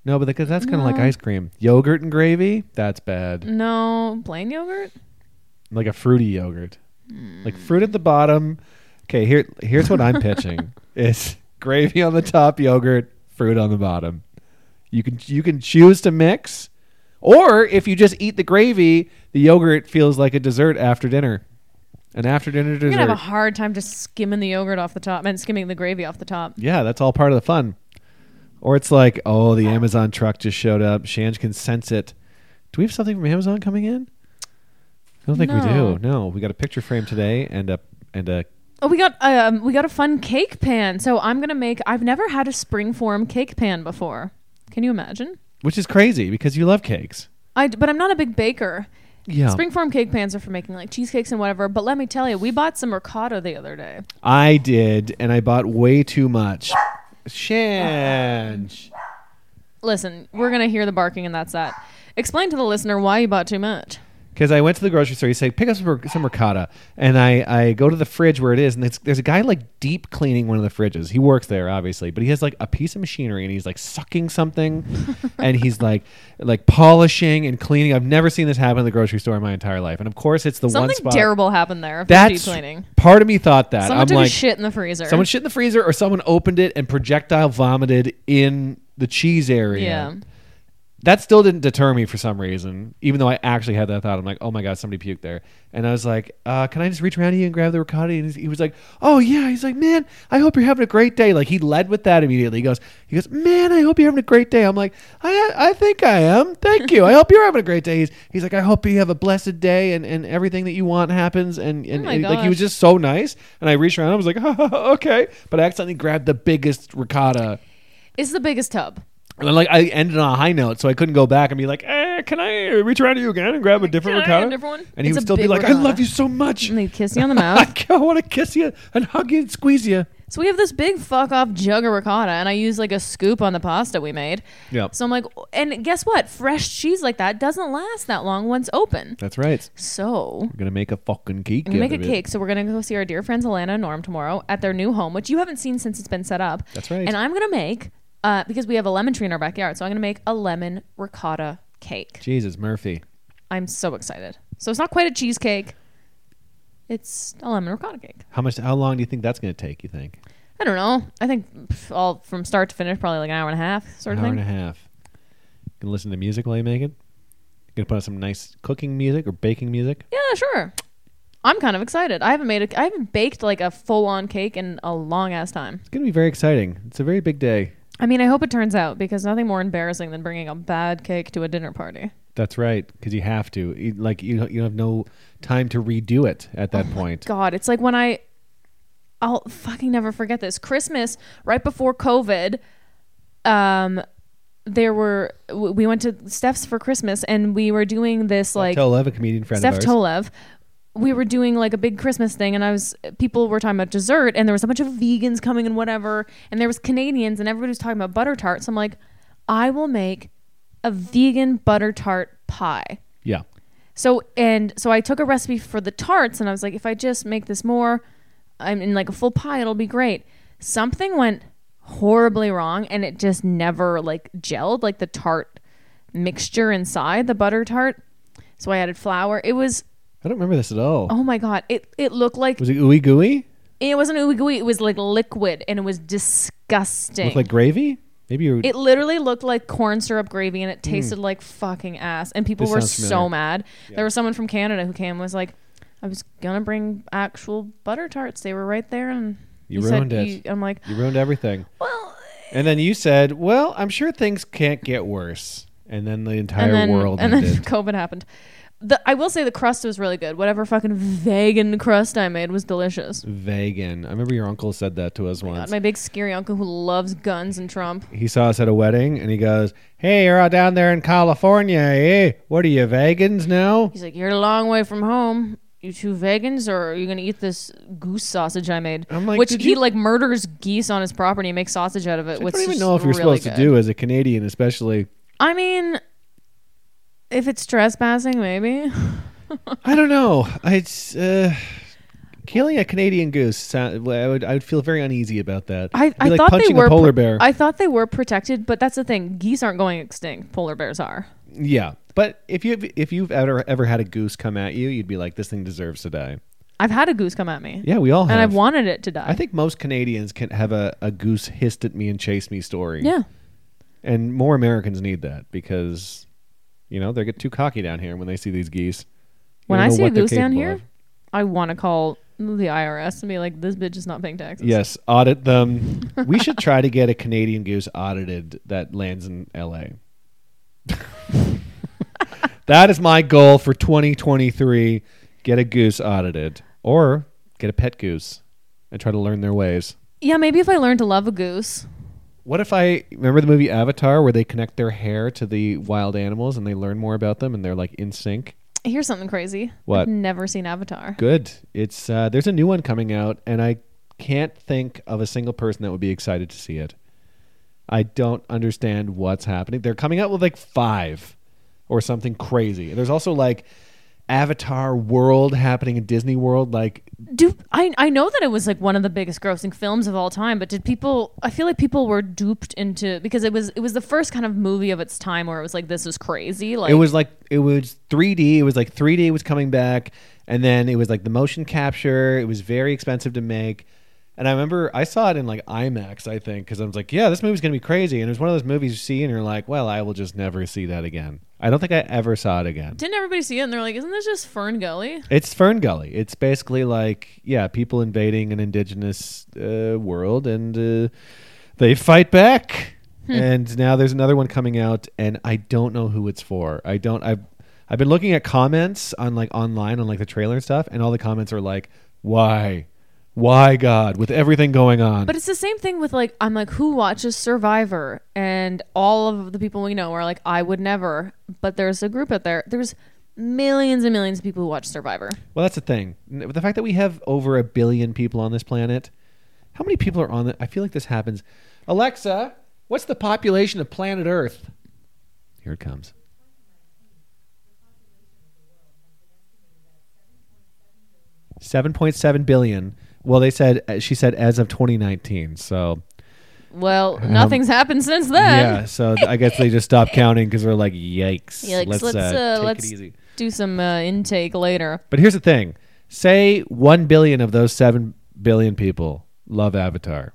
Speaker 3: No, but that- 'cause that's kind of like
Speaker 2: No.
Speaker 3: ice cream. Yogurt and gravy, that's bad.
Speaker 2: No, plain yogurt?
Speaker 3: Like a fruity yogurt, like fruit at the bottom. Okay, here here's what
Speaker 2: <laughs>
Speaker 3: I'm pitching: is gravy on the top, yogurt, fruit on the bottom. You can you can choose to mix, or if you just eat the gravy, the yogurt feels like a dessert after dinner. An after dinner dessert.
Speaker 2: You're going to have a hard time just skimming the yogurt off the top and skimming the gravy off the top.
Speaker 3: Yeah, that's all part of the fun. Or it's like, oh, the Amazon truck just showed up. Shange can sense it. Do we have something from Amazon coming in? I don't think
Speaker 2: No.
Speaker 3: we do. No, we got a picture frame today and a and a
Speaker 2: Oh, we got um we got a fun cake pan. So I'm going to make I've never had a springform cake pan before. Can you imagine?
Speaker 3: which is crazy because you love cakes.
Speaker 2: I d- but I'm not a big baker.
Speaker 3: Yeah.
Speaker 2: Springform cake pans are for making like cheesecakes and whatever. But let me tell you, we bought some ricotta the other day.
Speaker 3: I did and I bought way too much. Shange.
Speaker 2: Listen, we're gonna hear the barking, and that's that. Explain to the listener why you bought too much.
Speaker 3: because I went to the grocery store. You say, pick up some, ric- some ricotta, and I, I go to the fridge where it is, and it's, there's a guy like deep cleaning one of the fridges. He works there, obviously, but he has like a piece of machinery, and he's like
Speaker 2: <laughs>
Speaker 3: sucking something, and he's like like polishing and cleaning. I've never seen this happen in the grocery store in my entire life, and of course, it's the one
Speaker 2: Something
Speaker 3: spot.
Speaker 2: terrible happened there. if you're deep
Speaker 3: That's
Speaker 2: cleaning.
Speaker 3: part of me thought that
Speaker 2: Someone
Speaker 3: I'm
Speaker 2: took
Speaker 3: like
Speaker 2: a shit in the freezer.
Speaker 3: someone shit in the freezer, or someone opened it and projectile vomited in the cheese area.
Speaker 2: yeah.
Speaker 3: That still didn't deter me for some reason, even though I actually had that thought. I'm like, oh my God, somebody puked there. And I was like, uh, can I just reach around to you and grab the ricotta? And he's- he was like, oh yeah. He's like, man, I hope you're having a great day. Like he led with that immediately. He goes, he goes, man, I hope you're having a great day. I'm like, I, I think I am. Thank you. I hope you're having a great day. He's, he's like, I hope you have a blessed day and, and everything that you want happens. And, and,
Speaker 2: Oh my
Speaker 3: and, like he was
Speaker 2: gosh.
Speaker 3: just so nice. And I reached around. I was like, <laughs> okay. But I accidentally grabbed the biggest ricotta.
Speaker 2: It's the biggest tub.
Speaker 3: And then, like, I ended on a high note, so I couldn't go back and be like, eh, "Can I reach around to you again and grab a different
Speaker 2: Can I have a
Speaker 3: ricotta?"
Speaker 2: different one?
Speaker 3: And he
Speaker 2: It's
Speaker 3: would
Speaker 2: a
Speaker 3: still be
Speaker 2: big
Speaker 3: like, "I
Speaker 2: ricotta."
Speaker 3: love you so much.
Speaker 2: And
Speaker 3: <laughs>
Speaker 2: they kiss you on the
Speaker 3: I,
Speaker 2: mouth.
Speaker 3: want to kiss you and hug you and squeeze you."
Speaker 2: So we have this big fuck off jug of ricotta, and I use like a scoop on the pasta we made.
Speaker 3: Yep.
Speaker 2: So I'm like, and guess what? Fresh cheese like that doesn't last that long once open.
Speaker 3: That's right.
Speaker 2: So
Speaker 3: We're gonna make a fucking cake.
Speaker 2: I'm gonna
Speaker 3: out
Speaker 2: make a
Speaker 3: of it.
Speaker 2: cake, so we're gonna go see our dear friends Alana and Norm tomorrow at their new home, which you haven't seen since it's been set up.
Speaker 3: That's right.
Speaker 2: And I'm gonna make uh, because we have a lemon tree in our backyard, so I'm gonna make a lemon ricotta cake.
Speaker 3: Jesus, Murphy.
Speaker 2: I'm so excited. So it's not quite a cheesecake; it's a lemon ricotta cake.
Speaker 3: How much? How long do you think that's gonna take? You think
Speaker 2: I don't know. I think pff, all from start to finish, probably like an hour and a half, sort of
Speaker 3: an hour
Speaker 2: thing.
Speaker 3: and a half? Gonna listen to music while you make it. Gonna put on some nice cooking music or baking music.
Speaker 2: Yeah, sure. I'm kind of excited. I haven't made a, I haven't baked like a full on cake in a long ass time.
Speaker 3: It's gonna be very exciting. It's a very big day.
Speaker 2: I mean, I hope it turns out because nothing more embarrassing than bringing a bad cake to a dinner party.
Speaker 3: That's right, because you have to. You- Like you, you have no time to redo it at
Speaker 2: Oh
Speaker 3: that point.
Speaker 2: God, it's like when I, I'll fucking never forget this. Christmas right before COVID, um, there were w- we went to Steph's for Christmas and we were doing this like
Speaker 3: Tolev, a comedian friend
Speaker 2: Steph
Speaker 3: of
Speaker 2: Tolev.
Speaker 3: ours.
Speaker 2: We were doing like a big Christmas thing, and I was people were talking about dessert, and there was a bunch of vegans coming and whatever, and there was Canadians, and everybody was talking about butter tarts. I'm like, I will make a vegan butter tart pie.
Speaker 3: yeah.
Speaker 2: So and so I took a recipe for the tarts and I was like, if I just make this more, I'm in like a full pie, it'll be great. Something went horribly wrong and it just never like gelled like the tart mixture inside the butter tart. So I added flour. It was
Speaker 3: I don't remember this at all.
Speaker 2: oh my god, it it looked like
Speaker 3: Was it ooey gooey?
Speaker 2: it wasn't ooey gooey, it was like liquid and it was disgusting.
Speaker 3: Looked like gravy? Maybe you were,
Speaker 2: It literally looked like corn syrup gravy and it tasted like fucking ass. And people
Speaker 3: Hmm. This
Speaker 2: were
Speaker 3: sounds
Speaker 2: so
Speaker 3: familiar.
Speaker 2: mad. There was someone from Canada who came and was like, I was gonna bring actual butter tarts. They were right there and
Speaker 3: You
Speaker 2: said
Speaker 3: ruined it.
Speaker 2: you- I'm like,
Speaker 3: you ruined everything.
Speaker 2: well
Speaker 3: And then you said, "Well, I'm sure things can't get worse." And then the entire
Speaker 2: and then
Speaker 3: world
Speaker 2: and then <laughs>
Speaker 3: ended.
Speaker 2: COVID happened. The I will say the crust was really good. Whatever fucking vegan crust I made was delicious.
Speaker 3: Vegan. I remember your uncle said that to us once.
Speaker 2: Oh My big scary uncle who loves guns and Trump.
Speaker 3: he saw us at a wedding, and he goes, "Hey, you're all down there in California, eh? What are you vegans now?"
Speaker 2: He's like, You're a long way from home. You two vegans, or are you gonna eat this goose sausage I made?
Speaker 3: I'm like,
Speaker 2: Which
Speaker 3: "Did
Speaker 2: he
Speaker 3: you-"
Speaker 2: like murders geese on his property and makes sausage out of it.
Speaker 3: I
Speaker 2: which
Speaker 3: don't even
Speaker 2: is
Speaker 3: know if you're
Speaker 2: really
Speaker 3: supposed
Speaker 2: good.
Speaker 3: to do as a Canadian, especially.
Speaker 2: I mean, if it's trespassing, maybe.
Speaker 3: I don't know. It's uh, killing a Canadian goose. sound- I would I would feel very uneasy about that.
Speaker 2: I,
Speaker 3: It'd be
Speaker 2: I
Speaker 3: like
Speaker 2: thought
Speaker 3: punching
Speaker 2: they were
Speaker 3: a polar
Speaker 2: pro-
Speaker 3: bear.
Speaker 2: I thought they were protected, but that's the thing. Geese aren't going extinct. Polar bears are.
Speaker 3: yeah, but if you if you've ever ever had a goose come at you, you'd be like, "This thing deserves to die."
Speaker 2: I've had a goose come at me.
Speaker 3: Yeah, we all have.
Speaker 2: And I've wanted it to die.
Speaker 3: I think most Canadians can have a, a goose hissed at me and chased me story.
Speaker 2: Yeah.
Speaker 3: And more Americans need that because, you know, they get too cocky down here when they see these geese. You
Speaker 2: When
Speaker 3: don't
Speaker 2: I
Speaker 3: know
Speaker 2: see a
Speaker 3: what they're
Speaker 2: goose down
Speaker 3: capable
Speaker 2: here,
Speaker 3: of.
Speaker 2: I want to call the IRS and be like, this bitch is not paying taxes.
Speaker 3: Yes, audit them. we should try to get a Canadian goose audited that lands in LA. that is my goal for 2023. Get a goose audited or get a pet goose and try to learn their ways.
Speaker 2: Yeah, maybe if I learn to love a goose.
Speaker 3: What if I remember the movie Avatar where they connect their hair to the wild animals and they learn more about them and they're like in sync?
Speaker 2: Here's something crazy.
Speaker 3: What?
Speaker 2: I've never seen Avatar.
Speaker 3: Good. It's uh, there's a new one coming out and I can't think of a single person that would be excited to see it. I don't understand what's happening. They're coming out with like 5 or something crazy. And there's also like Avatar World happening in Disney World like
Speaker 2: Do I I know that it was like one of the biggest grossing films of all time, but did people I feel like people were duped into because it was it was the first kind of movie of its time where it was like this is crazy. Like
Speaker 3: it was like it was 3D. It was like 3D was coming back, and then it was like the motion capture. It was very expensive to make, and I remember I saw it in like IMAX, I think, because I was like, yeah, this movie's gonna be crazy. And it was one of those movies you see and you're like, well, I will just never see that again. I don't think I ever saw it again.
Speaker 2: didn't everybody see it and they're like, Isn't this just Fern Gully?
Speaker 3: It's Fern Gully. It's basically like yeah, people invading an indigenous uh, world, and uh, they fight back. And now there's another one coming out, and I don't know who it's for. I don't. I've I've been looking at comments on like online on like the trailer and stuff, and all the comments are like, "Why, why God?" With everything going on,
Speaker 2: But it's the same thing with like I'm like who watches Survivor and all of the people we know are like I would never, but there's a group out there. There's millions and millions of people who watch Survivor.
Speaker 3: Well, that's the thing. N- The fact that we have over a billion people on this planet, how many people are on the? I feel like this happens. Alexa, what's the population of planet Earth? Here it comes. Seven point seven billion. Well, they said uh, she said as of 2019. So
Speaker 2: Well, nothing's happened since then.
Speaker 3: Um, yeah, so th- I guess they just stopped counting because
Speaker 2: <laughs>
Speaker 3: they're like, yikes.
Speaker 2: Yikes, let's let's, uh,
Speaker 3: take
Speaker 2: let's
Speaker 3: it easy.
Speaker 2: do some uh, intake later.
Speaker 3: But here's the thing: say one billion of those seven billion people love Avatar.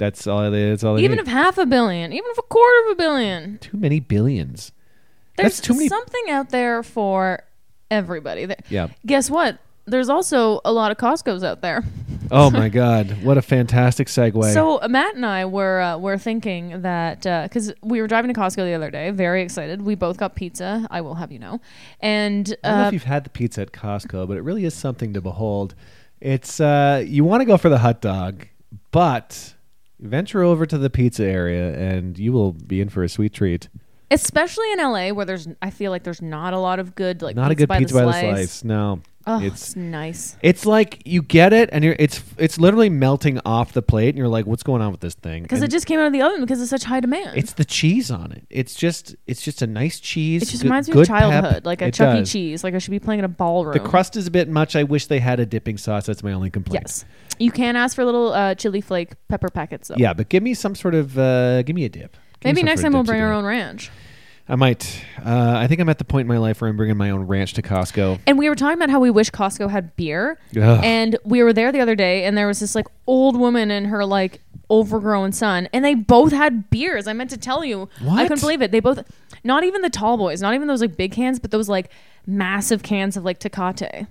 Speaker 3: That's all. They, that's all. They
Speaker 2: Even
Speaker 3: need.
Speaker 2: if half a billion, even if a quarter of a billion,
Speaker 3: too many billions.
Speaker 2: there's
Speaker 3: That's too many-
Speaker 2: something out there for everybody. There-
Speaker 3: Yeah.
Speaker 2: Guess what? There's also a lot of Costco's out there.
Speaker 3: Oh my God! What a fantastic segue.
Speaker 2: So uh, Matt and I were uh, were thinking that because we were driving to Costco the other day, very excited. We both got pizza. I will have you know, and
Speaker 3: I don't know
Speaker 2: uh,
Speaker 3: if you've had the pizza at Costco, but it really is something to behold. It's uh, you want to go for the hot dog, but venture over to the pizza area, and you will be in for a sweet treat.
Speaker 2: especially in LA where there's I feel like there's not a lot of good like
Speaker 3: Not a good pizza by the slice. No,
Speaker 2: Oh,
Speaker 3: it's
Speaker 2: it's nice.
Speaker 3: it's like you get it, and you're it's it's literally melting off the plate, and you're like, "What's going on with this thing?"
Speaker 2: Because it
Speaker 3: And
Speaker 2: just came out of the oven because it's such high demand.
Speaker 3: it's the cheese on it. It's just it's just a nice cheese.
Speaker 2: it just
Speaker 3: good-
Speaker 2: reminds me
Speaker 3: good
Speaker 2: of
Speaker 3: pep.
Speaker 2: childhood, like a
Speaker 3: It
Speaker 2: Chuck E.
Speaker 3: does.
Speaker 2: Cheese. Like I should be playing in a ballroom.
Speaker 3: The crust is a bit much. I wish they had a dipping sauce. That's my only complaint.
Speaker 2: Yes. You can ask for little uh, chili flake pepper packets though.
Speaker 3: Yeah, but give me some sort of uh, give me a dip. Give me
Speaker 2: Maybe
Speaker 3: some
Speaker 2: next time
Speaker 3: sort of
Speaker 2: we'll
Speaker 3: dip to
Speaker 2: bring
Speaker 3: do
Speaker 2: our
Speaker 3: it.
Speaker 2: own ranch.
Speaker 3: I might. Uh, I think I'm at the point in my life where I'm bringing my own ranch to Costco.
Speaker 2: And we were talking about how we wish Costco had beer.
Speaker 3: Ugh.
Speaker 2: And we were there the other day, and there was this like old woman and her like overgrown son, and they both had beers. I meant to tell you, I
Speaker 3: What?
Speaker 2: couldn't believe it. They both, not even the tall boys, not even those like big cans, but those like massive cans of like Tecate.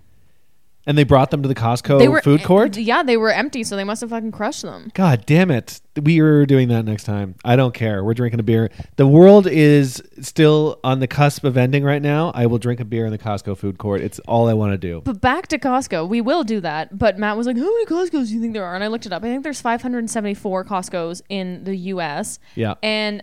Speaker 3: And they brought them to the Costco
Speaker 2: They were
Speaker 3: Oh,
Speaker 2: e-,
Speaker 3: food court.
Speaker 2: Yeah, they were empty, so they must have fucking crushed them.
Speaker 3: God damn it. We are doing that next time. I don't care. We're drinking a beer. The world is still on the cusp of ending right now. I will drink a beer in the Costco food court. It's all I want to do.
Speaker 2: But back to Costco, we will do that. But Matt was like, "How many Costco's do you think there are?" And I looked it up. I think there's 574 Costco's in the U.S.
Speaker 3: Yeah.
Speaker 2: and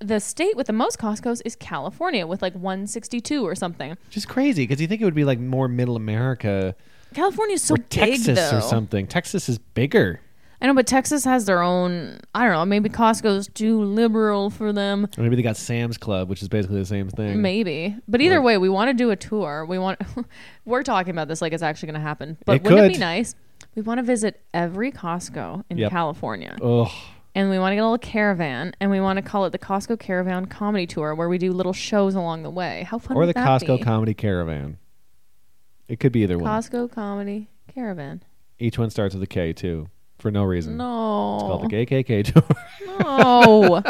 Speaker 2: the state with the most Costco's is California, with like 162 or something.
Speaker 3: Which is crazy because you think it would be like more middle America
Speaker 2: California's so
Speaker 3: or
Speaker 2: big,
Speaker 3: Texas
Speaker 2: though.
Speaker 3: or something. Texas is bigger.
Speaker 2: I know, but Texas has their own. I don't know. Maybe Costco's too liberal for them.
Speaker 3: Or maybe they got Sam's Club, which is basically the same thing.
Speaker 2: Maybe, but either way, we want to do a tour. We want. <laughs> we're talking about this like it's actually going to happen. But
Speaker 3: It
Speaker 2: wouldn't it
Speaker 3: could.
Speaker 2: be nice? We want to visit every Costco in
Speaker 3: Yep.
Speaker 2: California.
Speaker 3: Ugh.
Speaker 2: and we want to get a little caravan and we want to call it the Costco Caravan Comedy Tour where we do little shows along the way. How fun
Speaker 3: Or
Speaker 2: would
Speaker 3: the
Speaker 2: that
Speaker 3: Costco
Speaker 2: be?
Speaker 3: Comedy Caravan. It could be either one.
Speaker 2: Costco Comedy Caravan.
Speaker 3: Each one starts with a K too, for no reason.
Speaker 2: No.
Speaker 3: It's called the KKK <laughs> tour. <laughs>
Speaker 2: no.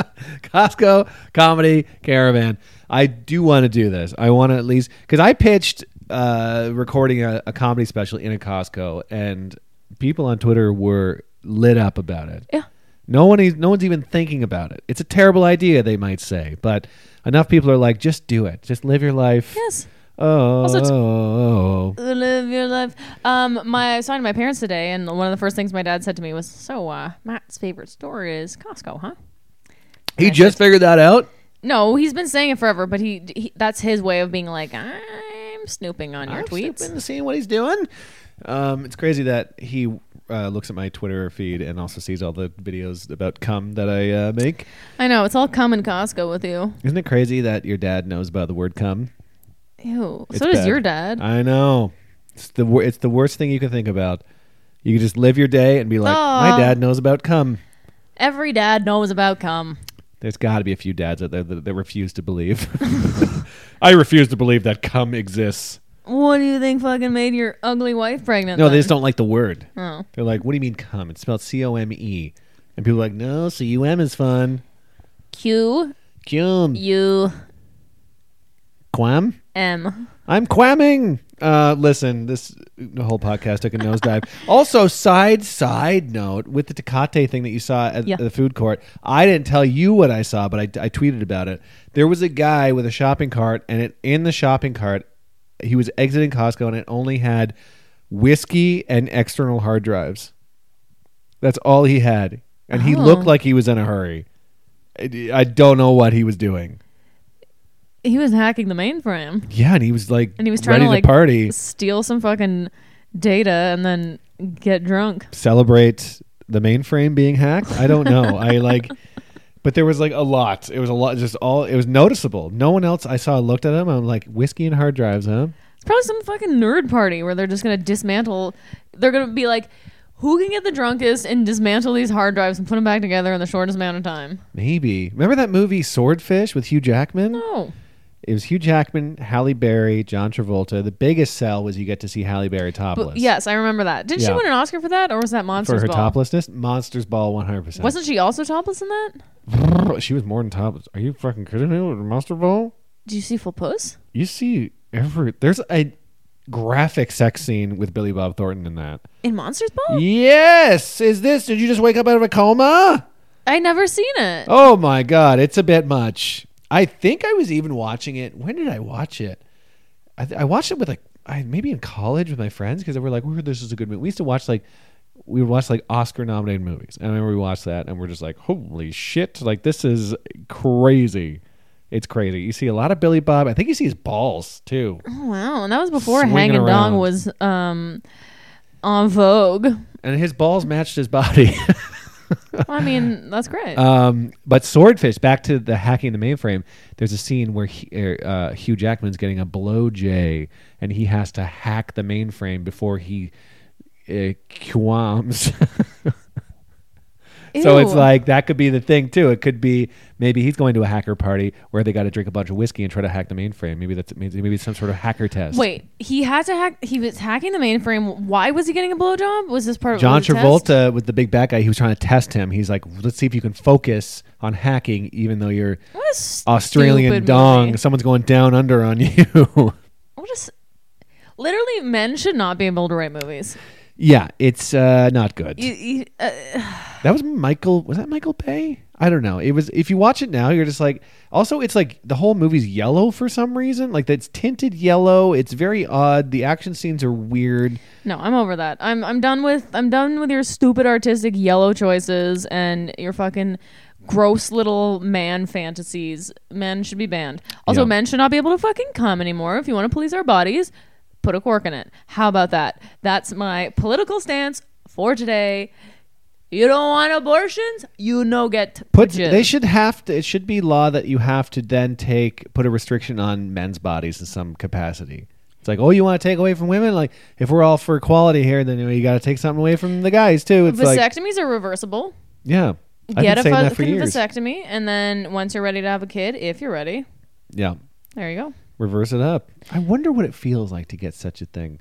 Speaker 3: Costco Comedy Caravan. I do want to do this. I want to at least because I pitched uh, recording a, a comedy special in a Costco, and people on Twitter were lit up about it.
Speaker 2: yeah.
Speaker 3: No one, is, no one's even thinking about it. It's a terrible idea, they might say, but enough people are like, just do it. Just live your life.
Speaker 2: Yes.
Speaker 3: Oh,
Speaker 2: it's-
Speaker 3: oh, oh.
Speaker 2: Live your life. Um, my I was talking to my parents today, and one of the first things my dad said to me was, "So, uh, Matt's favorite store is Costco, huh?"
Speaker 3: he just figured that out.
Speaker 2: No, he's been saying it forever, but he, he that's his way of being like, "I'm snooping on your
Speaker 3: I'm
Speaker 2: tweets."
Speaker 3: snooping, seeing what he's doing. Um, it's crazy that he uh, looks at my Twitter feed and also sees all the videos about cum that I uh, make.
Speaker 2: I know it's all come in Costco with you.
Speaker 3: Isn't it crazy that your dad knows about the word cum?
Speaker 2: Ew.
Speaker 3: It's
Speaker 2: so does
Speaker 3: bad.
Speaker 2: your dad.
Speaker 3: I know. It's the wor- it's the worst thing you can think about. You can just live your day and be like, my
Speaker 2: Aw.
Speaker 3: dad knows about cum.
Speaker 2: Every dad knows about cum.
Speaker 3: There's got to be a few dads out there that, that refuse
Speaker 2: <laughs>
Speaker 3: to believe. <laughs> I refuse to believe that cum exists.
Speaker 2: What do you think fucking made your ugly wife pregnant?
Speaker 3: No, they
Speaker 2: then?
Speaker 3: just don't like the word.
Speaker 2: Oh.
Speaker 3: They're like, what do you mean cum? It's spelled C O M E. And people are like, no, C U M is fun.
Speaker 2: Q
Speaker 3: Cum.
Speaker 2: U
Speaker 3: Quam?
Speaker 2: M.
Speaker 3: I'm quamming. Uh, listen, this the whole podcast took a nosedive. also, side side note with the Tecate thing that you saw at
Speaker 2: Yeah.
Speaker 3: the food court, I didn't tell you what I saw, but I, I tweeted about it. There was a guy with a shopping cart, and it in the shopping cart, he was exiting Costco, and it only had whiskey and external hard drives. That's all he had, and he
Speaker 2: Oh.
Speaker 3: looked like he was in a hurry. I, I don't know what he was doing.
Speaker 2: He was hacking the mainframe,
Speaker 3: Yeah, and he was like,
Speaker 2: and he was trying
Speaker 3: ready
Speaker 2: to like
Speaker 3: party.
Speaker 2: steal some fucking data, and then get drunk.
Speaker 3: celebrate the mainframe being hacked. I don't
Speaker 2: <laughs>
Speaker 3: know. I like, but there was like a lot. It was a lot. Just all. It was noticeable. No one else I saw looked at him. I'm like whiskey and hard drives, huh?
Speaker 2: It's probably some fucking nerd party where they're just gonna dismantle. They're gonna be like, who can get the drunkest and dismantle these hard drives and put them back together in the shortest amount of time?
Speaker 3: Maybe. Remember that movie Swordfish with Hugh Jackman?
Speaker 2: No.
Speaker 3: It was Hugh Jackman, Halle Berry, John Travolta. The biggest sell was you get to see Halle Berry topless.
Speaker 2: But yes, I remember that. Didn't she
Speaker 3: Yeah.
Speaker 2: win an Oscar for that, or was that
Speaker 3: For
Speaker 2: Monsters
Speaker 3: her
Speaker 2: Ball?
Speaker 3: toplessness, Monsters Ball 100%.
Speaker 2: Wasn't she also topless in that?
Speaker 3: she was more than topless. Are you fucking kidding me with Monster Ball?
Speaker 2: Do you see Full Puss?
Speaker 3: You see every there's a graphic sex scene with Billy Bob Thornton in that.
Speaker 2: In Monsters Ball?
Speaker 3: Yes, is this? Did you just wake up out of a coma?
Speaker 2: I never seen it.
Speaker 3: Oh my god, it's a bit much. I think I was even watching it. When did I watch it? I, th- I watched it with like I maybe in college with my friends because they were like, "We heard this is a good movie." We used to watch like we would watch like Oscar nominated movies, and I remember we watched that and we're just like, "Holy shit! Like this is crazy." It's crazy. You see a lot of Billy Bob. I think you see his balls too.
Speaker 2: Oh, Wow, and that was before
Speaker 3: Swinging
Speaker 2: Hang and Dong
Speaker 3: around.
Speaker 2: was um, on
Speaker 3: <laughs>
Speaker 2: Vogue.
Speaker 3: And his balls matched his body. <laughs>
Speaker 2: I mean, that's great.
Speaker 3: Um, but Swordfish, back to the hacking the mainframe. There's a scene where he, uh, Hugh Jackman's getting a blow J, and he has to hack the mainframe before he uh, qualms. <laughs> so it's
Speaker 2: Ew.
Speaker 3: like that could be the thing too. It could be maybe he's going to a hacker party where they got to drink a bunch of whiskey and try to hack the mainframe. Maybe that's maybe maybe it's some sort of hacker test.
Speaker 2: Wait, he had to hack. He was hacking the mainframe. Why was he getting a blowjob? Was this part of
Speaker 3: John
Speaker 2: was it a
Speaker 3: Travolta
Speaker 2: test?
Speaker 3: with the big bat guy, he was trying to test him. He's like, let's see if you can focus on hacking, even though you're
Speaker 2: What a stupid
Speaker 3: Australian
Speaker 2: movie.
Speaker 3: dong. Someone's going down under on you. <laughs>
Speaker 2: What a s- literally, men should not be able to write movies.
Speaker 3: yeah, it's uh, not good.
Speaker 2: You- you- uh,
Speaker 3: that was Michael. Was that Michael Bay? I don't know. It was. If you watch it now, you're just like. Also, it's like the whole movie's yellow for some reason. Like it's tinted yellow. It's very odd. The action scenes are weird.
Speaker 2: no, I'm over that. I'm I'm done with I'm done with your stupid artistic yellow choices and your fucking gross little man fantasies. Men should be banned. Also,
Speaker 3: Yeah.
Speaker 2: men should not be able to fucking come anymore. If you want to police our bodies, put a cork in it. How about that? That's my political stance for today. You don't want abortions? You no get
Speaker 3: Put
Speaker 2: jizz.
Speaker 3: they should have to. It should be law that you have to then take put a restriction on men's bodies in some capacity. It's like, oh, you want to take away from women? Like, if we're all for equality here, then you, know, you got to take something away from the guys too. It's like,
Speaker 2: vasectomies are reversible.
Speaker 3: yeah,
Speaker 2: Get a
Speaker 3: saying that for
Speaker 2: fucking
Speaker 3: years.
Speaker 2: vasectomy, and then once you're ready to have a kid, if you're ready,
Speaker 3: Yeah.
Speaker 2: there you go.
Speaker 3: Reverse it up. I wonder what it feels like to get such a thing.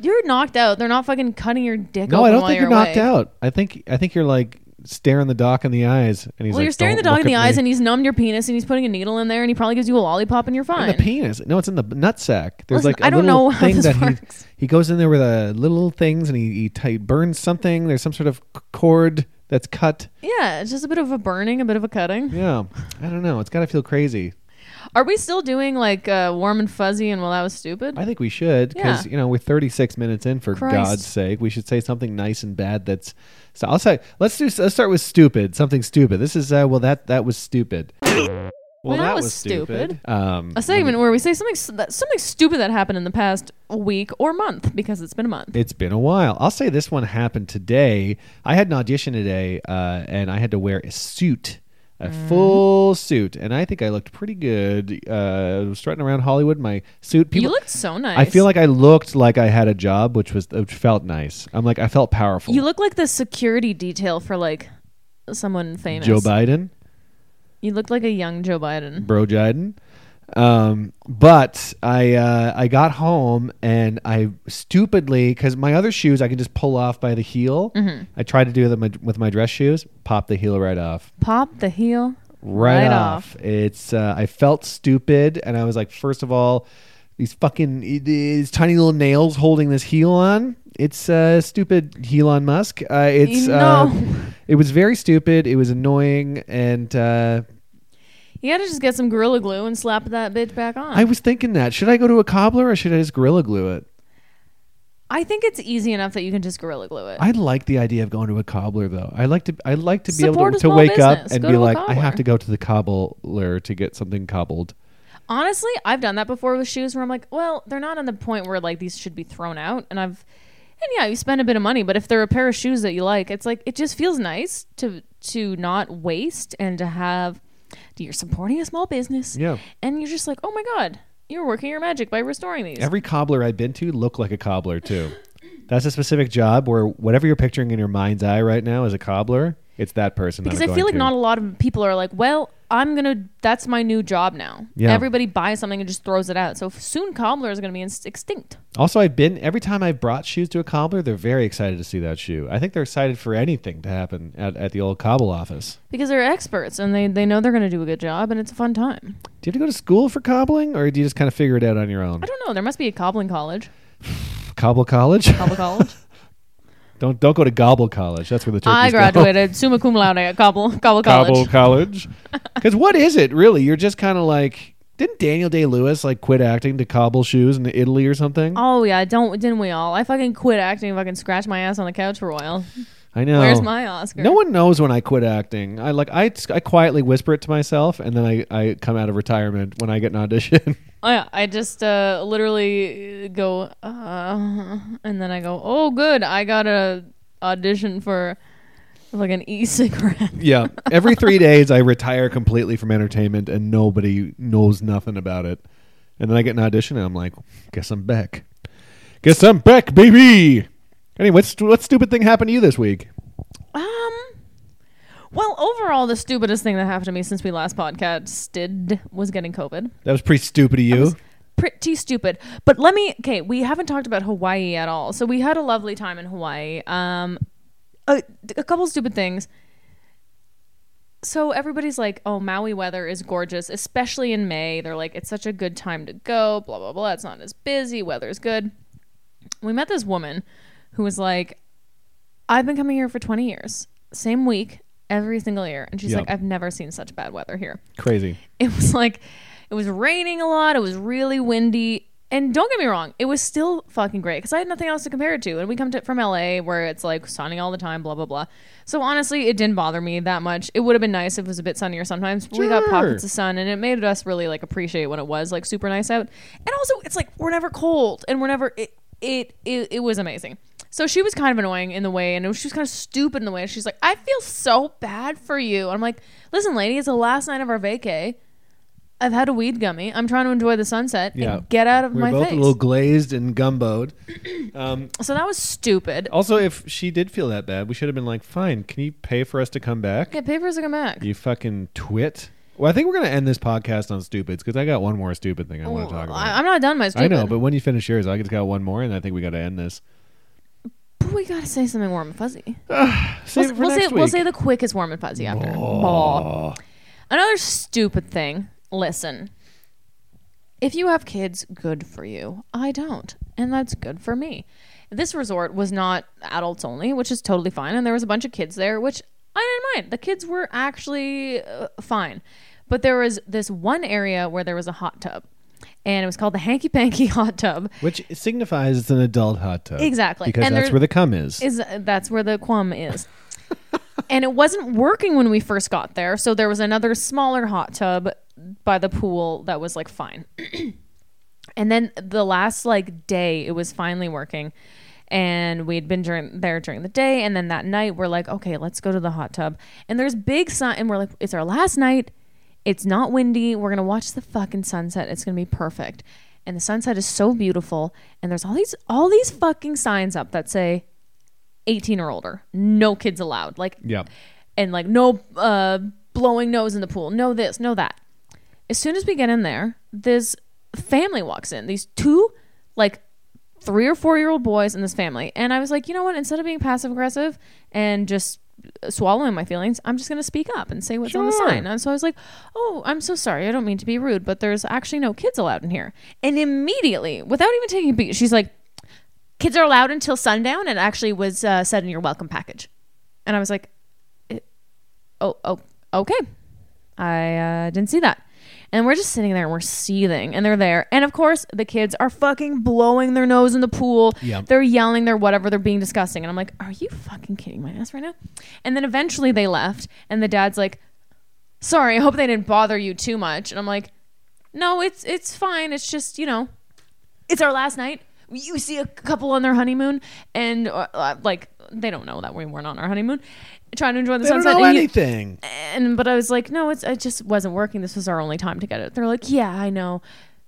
Speaker 2: You're knocked out. They're not fucking cutting your dick.
Speaker 3: No,
Speaker 2: open
Speaker 3: I don't
Speaker 2: while
Speaker 3: think you're
Speaker 2: away.
Speaker 3: knocked out. I think I think you're like staring the doc in the eyes, and he's
Speaker 2: Well,
Speaker 3: like,
Speaker 2: you're staring the
Speaker 3: "Don't
Speaker 2: dog in
Speaker 3: look
Speaker 2: the
Speaker 3: at
Speaker 2: eyes,
Speaker 3: me."
Speaker 2: and he's numbed your penis, and he's putting a needle in there, and he probably gives you a lollipop, and you're fine.
Speaker 3: in the penis. No, it's in the nutsack. There's
Speaker 2: Listen,
Speaker 3: like I
Speaker 2: I don't know how
Speaker 3: thing
Speaker 2: this
Speaker 3: that he-
Speaker 2: works.
Speaker 3: he goes in there with a little things, and he he, t- he burns something. There's some sort of c- cord that's cut.
Speaker 2: yeah, it's just a bit of a burning, a bit of a cutting.
Speaker 3: Yeah, I don't know. It's got to feel crazy.
Speaker 2: Are we still doing like uh, warm and fuzzy and well that was stupid?
Speaker 3: I think we should because
Speaker 2: Yeah.
Speaker 3: you know we're 36 minutes in. For
Speaker 2: Christ.
Speaker 3: God's sake, we should say something nice and bad. That's so. I'll say let's do. Let's start with stupid. Something stupid. This is uh, well that that was stupid. Well,
Speaker 2: that was stupid.
Speaker 3: Um,
Speaker 2: a segment where we say something s- that, something stupid that happened in the past week or month because it's been a month.
Speaker 3: It's been a while. I'll say this one happened today. I had an audition today, uh, and I had to wear a suit, a
Speaker 2: Mm.
Speaker 3: full suit, and I think I looked pretty good. Uh, strutting around Hollywood, in my suit. People,
Speaker 2: you looked so nice.
Speaker 3: I feel like I looked like I had a job, which was which felt nice. I'm like I felt powerful.
Speaker 2: You look like the security detail for like someone famous.
Speaker 3: Joe Biden,
Speaker 2: You look like a young Joe Biden.
Speaker 3: Bro Biden. Um, but I uh, I got home and I stupidly because my other shoes I can just pull off by the heel. I tried to do them with my dress shoes, pop the heel right off.
Speaker 2: Pop the heel
Speaker 3: right, off. It's uh, I felt stupid, and I was like, first of all, these fucking e, these tiny little nails holding this heel on. It's uh, stupid, Elon Musk. Uh, it's uh,
Speaker 2: No.
Speaker 3: it was very stupid. It was annoying, and uh,
Speaker 2: You gotta just get some gorilla glue and slap that bitch back on.
Speaker 3: I was thinking that should I go to a cobbler or should I just gorilla glue it?
Speaker 2: I think it's easy enough that you can just gorilla glue it.
Speaker 3: I like the idea of going to a cobbler though. I like to I like to be
Speaker 2: Support
Speaker 3: able
Speaker 2: a
Speaker 3: to, to
Speaker 2: small
Speaker 3: wake up
Speaker 2: business.
Speaker 3: and
Speaker 2: Go
Speaker 3: be
Speaker 2: to a
Speaker 3: like, I have
Speaker 2: cobbler."
Speaker 3: to go to the cobbler to get something cobbled.
Speaker 2: Honestly, I've done that before with shoes where I'm like, well, they're not on the point where like these should be thrown out, and I've and yeah, you spend a bit of money, but if they're a pair of shoes that you like, it's like it just feels nice to to not waste and to have you're supporting a small business.
Speaker 3: Yeah.
Speaker 2: And you're just like, oh my god, you're working your magic by restoring these.
Speaker 3: Every cobbler I've been to looked like a cobbler too. That's a specific job where whatever you're picturing in your mind's eye right now is a cobbler. It's that person. that
Speaker 2: because I
Speaker 3: I'm
Speaker 2: feel like
Speaker 3: going to.
Speaker 2: not a lot of people are like, well, I'm gonna. That's my new job now.
Speaker 3: Yeah.
Speaker 2: Everybody buys something and just throws it out. So soon, cobbler is gonna be inst- extinct.
Speaker 3: Also, I've been every time I've brought shoes to a cobbler, they're very excited to see that shoe. I think they're excited for anything to happen at, at the old cobble office.
Speaker 2: because they're experts and they, they know they're going to do a good job and it's a fun time.
Speaker 3: Do you have to go to school for cobbling, or do you just kind of figure it out on your own?
Speaker 2: I don't know. There must be a cobbling college.
Speaker 3: Cobble college?
Speaker 2: Cobble college.
Speaker 3: <laughs> don't don't go to gobble college. That's where the turkeys
Speaker 2: I
Speaker 3: go. <laughs>
Speaker 2: graduated summa cum laude at Cobble, Cobble College. <laughs>
Speaker 3: Cobble College. Because what is it really? You're just kind of like, didn't Daniel Day Lewis like quit acting to cobble shoes in Italy or something?
Speaker 2: Oh yeah, don't didn't we all? I fucking quit acting. and Fucking scratched my ass on the couch for a while.
Speaker 3: I I know.
Speaker 2: Where's my Oscar?
Speaker 3: No one knows when I quit acting. I like I, I quietly whisper it to myself, and then I, I come out of retirement when I get an audition. <laughs>
Speaker 2: Oh, yeah, I just uh, literally go, uh, and then I go, oh, good, I got a audition for like an e-cigarette.
Speaker 3: <laughs> yeah, every three days I retire completely from entertainment, and nobody knows nothing about it. And then I get an audition, and I'm like, guess I'm back. Guess I'm back, baby. Anyway, what's what stupid thing happened to you this week?
Speaker 2: Um, well, overall, the stupidest thing that happened to me since we last podcasted was getting COVID.
Speaker 3: That was pretty stupid of you.
Speaker 2: Pretty stupid. But let me. Okay, we haven't talked about Hawaii at all. So we had a lovely time in Hawaii. Um, a, a couple stupid things. So everybody's like, "Oh, Maui weather is gorgeous, especially in May." They're like, "It's such a good time to go." Blah blah blah. It's not as busy. Weather's good. We met this woman who was like, I've been coming here for 20 years, same week, every single year. And she's
Speaker 3: Yep.
Speaker 2: like, I've never seen such bad weather here.
Speaker 3: Crazy.
Speaker 2: <laughs> It was like, it was raining a lot. It was really windy. And don't get me wrong, it was still fucking great because I had nothing else to compare it to. And we come to, from LA where it's like sunny all the time, blah, blah, blah. So honestly, it didn't bother me that much. It would have been nice if it was a bit sunnier sometimes. But We got
Speaker 3: Sure.
Speaker 2: pockets of sun and it made us really like appreciate when it was like super nice out. And also, it's like we're never cold and we're never, it, it, it, it was amazing. So she was kind of annoying in the way, and it was- she was kind of stupid in the way. She's like, I feel so bad for you. And I'm like, listen, lady, it's the last night of our vacay. I've had a weed gummy. I'm trying to enjoy the sunset
Speaker 3: Yeah.
Speaker 2: and get out of
Speaker 3: We
Speaker 2: my
Speaker 3: were both
Speaker 2: face.
Speaker 3: a little glazed and gumboed.
Speaker 2: so that was stupid.
Speaker 3: Also, if she did feel that bad, we should have been like, fine, can you pay for us to come back?
Speaker 2: Okay, papers are come back.
Speaker 3: You fucking twit. Well, I think we're going to end this podcast on stupids because I got one more stupid thing I want to talk
Speaker 2: Well,
Speaker 3: about.
Speaker 2: I, am not done with my
Speaker 3: I
Speaker 2: stupid.
Speaker 3: know, but when you finish yours, I just got one more, and I think we got to end this.
Speaker 2: But we gotta say something warm and fuzzy.
Speaker 3: Save
Speaker 2: We'll, we'll
Speaker 3: it for
Speaker 2: say
Speaker 3: next
Speaker 2: we'll
Speaker 3: week.
Speaker 2: say the quickest warm and fuzzy after. Bah. Another stupid thing. Listen, if you have kids, good for you. I don't, and that's good for me. This resort was not adults only, which is totally fine, and there was a bunch of kids there, which I didn't mind. The kids were actually uh, fine, but there was this one area where there was a hot tub, and it was called the Hanky Panky <laughs> Hot Tub.
Speaker 3: Which signifies it's an adult hot tub.
Speaker 2: Exactly.
Speaker 3: Because
Speaker 2: And
Speaker 3: that's
Speaker 2: there-
Speaker 3: where the cum is.
Speaker 2: is uh, that's where the quam is. and it wasn't working when we first got there, so there was another smaller hot tub by the pool that was like fine. and then the last like day it was finally working. And we had been during, there during the day, and then that night we're like, okay, let's go to the hot tub. And there's big sun, and we're like, it's our last night. It's not windy. We're gonna watch the fucking sunset. It's gonna be perfect. And the sunset is so beautiful. And there's all these all these fucking signs up that say 18 or older. No kids allowed. Like,
Speaker 3: Yeah.
Speaker 2: And like, no uh, blowing nose in the pool. No this, no that. As soon as we get in there, this family walks in. These two, like, three or four year old boys in this family. And I was like, you know what? Instead of being passive aggressive and just swallowing my feelings, I'm just going to speak up and say what's on the
Speaker 3: Sure.
Speaker 2: sign. And so I was like, oh, I'm so sorry. I don't mean to be rude, but there's actually no kids allowed in here. And immediately, without even taking a beat, she's like, kids are allowed until sundown and actually was uh, said in your welcome package and i was like "Eh, oh oh okay i uh, didn't see that and we're just sitting there and we're seething and they're there and of course the kids are fucking blowing their nose in the pool
Speaker 3: Yep.
Speaker 2: they're yelling they're whatever they're being disgusting and i'm like are you fucking kidding my ass right now and then eventually they left and the dad's like sorry i hope they didn't bother you too much and i'm like no it's it's fine it's just you know it's our last night. You see a couple on their honeymoon, and uh, uh, like they don't know that we weren't on our honeymoon, trying to enjoy the
Speaker 3: They don't
Speaker 2: sunset.
Speaker 3: know
Speaker 2: and you-
Speaker 3: anything.
Speaker 2: and but I was like, no, it's it just wasn't working. This was our only time to get it. They're like, yeah, I know,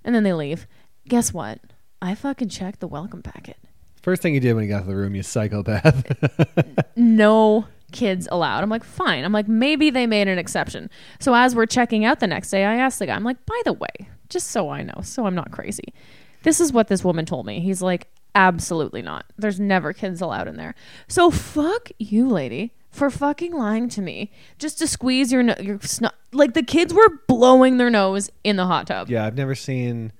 Speaker 2: and then they leave. Guess what? I fucking checked the welcome packet.
Speaker 3: First thing you did when you got to the room, you psychopath. <laughs>
Speaker 2: no kids allowed. I'm like, fine. I'm like, maybe they made an exception. So as we're checking out the next day, I asked the guy, I'm like, by the way, just so I know, so I'm not crazy. This is what this woman told me. He's like, absolutely not. There's never kids allowed in there. So fuck you, lady, for fucking lying to me just to squeeze your no- your snot. Like the kids were blowing their nose in the hot tub.
Speaker 3: yeah, I've never seen.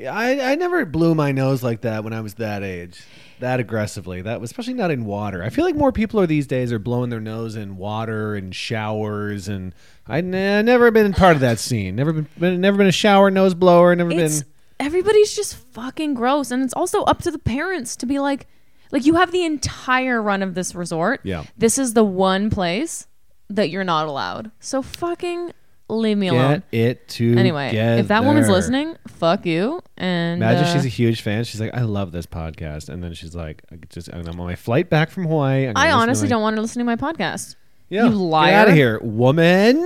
Speaker 3: I, I never blew my nose like that when I was that age, that aggressively. That was especially not in water. I feel like more people are these days are blowing their nose in water and showers, and I n- never been part of that scene. Never been, been never been a shower nose blower. Never
Speaker 2: it's
Speaker 3: been.
Speaker 2: everybody's just fucking gross and it's also up to the parents to be like Like you have the entire run of this resort.
Speaker 3: Yeah.
Speaker 2: This is the one place that you're not allowed. So fucking leave me alone.
Speaker 3: Get it to
Speaker 2: Anyway, if that woman's listening, fuck you. And
Speaker 3: Imagine
Speaker 2: uh,
Speaker 3: she's a huge fan. She's like, I love this podcast, and then she's like, I just I'm on my flight back from Hawaii. I'm gonna
Speaker 2: I
Speaker 3: listen to
Speaker 2: honestly
Speaker 3: my-
Speaker 2: don't want her listening to my podcast.
Speaker 3: Yeah,
Speaker 2: you
Speaker 3: Get
Speaker 2: liar.
Speaker 3: out of here, woman.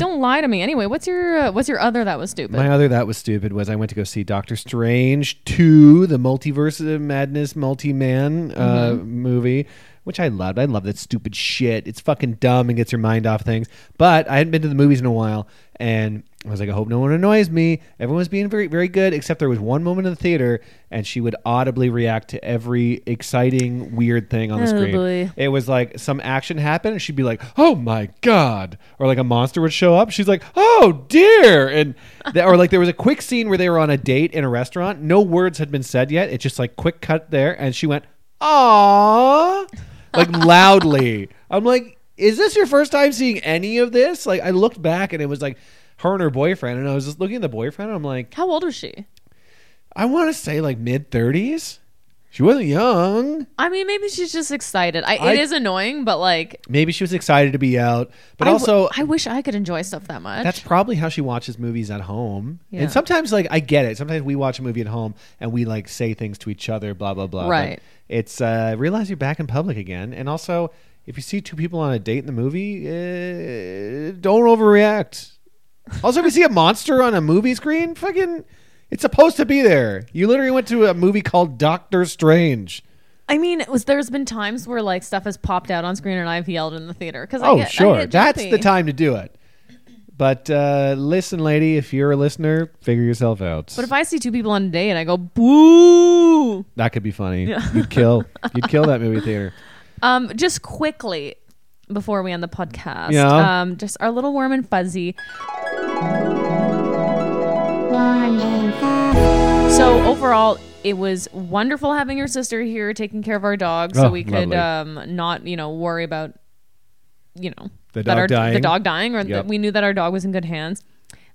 Speaker 2: Don't lie to me. Anyway, what's your uh, what's your other that was stupid?
Speaker 3: My other that was stupid was I went to go see Doctor Strange two, the Multiverse of Madness, Multi Man uh, movie, which I loved. I love that stupid shit. It's fucking dumb and gets your mind off things. But I hadn't been to the movies in a while, and I was like, I hope no one annoys me. Everyone was being very, very good, except there was one moment in the theater, and she would audibly react to every exciting, weird thing on the
Speaker 2: Oh,
Speaker 3: screen.
Speaker 2: boy.
Speaker 3: It was like some action happened, and she'd be like, "Oh my god!" Or like a monster would show up. She's like, "Oh dear!" And th- or like there was a quick scene where they were on a date in a restaurant. No words had been said yet. It's just like quick cut there, and she went, "Aww," like <laughs> loudly. I'm like, "Is this your first time seeing any of this?" Like I looked back, and it was like her and her boyfriend, and I was just looking at the boyfriend. And I'm like,
Speaker 2: How old was she?
Speaker 3: I want to say like mid 30s. She wasn't young.
Speaker 2: I mean, maybe she's just excited. I,
Speaker 3: I-
Speaker 2: it is annoying, but like,
Speaker 3: Maybe she was excited to be out, but
Speaker 2: I w-
Speaker 3: also
Speaker 2: I wish I could enjoy stuff that much.
Speaker 3: That's probably how she watches movies at home.
Speaker 2: Yeah.
Speaker 3: And sometimes, like, I get it. Sometimes we watch a movie at home and we like say things to each other, blah blah blah. But
Speaker 2: Right.
Speaker 3: It's uh, realize you're back in public again, and also if you see two people on a date in the movie, uh, don't overreact. Also, if you see a monster on a movie screen, fucking, it's supposed to be there. You literally went to a movie called Doctor Strange.
Speaker 2: I mean, it was, there's been times where like stuff has popped out on screen and I've yelled in the theater because I
Speaker 3: Oh,
Speaker 2: get, I
Speaker 3: sure.
Speaker 2: get
Speaker 3: That's the
Speaker 2: jumpy.
Speaker 3: time to do it. But uh, listen, lady, if you're a listener, figure yourself out.
Speaker 2: But if I see two people on a date and I go boo,
Speaker 3: That could be funny. You'd kill. You'd
Speaker 2: <laughs>
Speaker 3: kill that movie theater.
Speaker 2: um, just quickly before we end the podcast,
Speaker 3: Yeah.
Speaker 2: um, just our little warm and fuzzy. So overall, it was wonderful having your sister here, taking care of our dog, so
Speaker 3: Oh,
Speaker 2: we could
Speaker 3: lovely.
Speaker 2: um, not, you know, worry about, you know,
Speaker 3: The
Speaker 2: that
Speaker 3: dog
Speaker 2: our, the
Speaker 3: dying.
Speaker 2: dog dying, or
Speaker 3: Yep.
Speaker 2: that we knew that our dog was in good hands.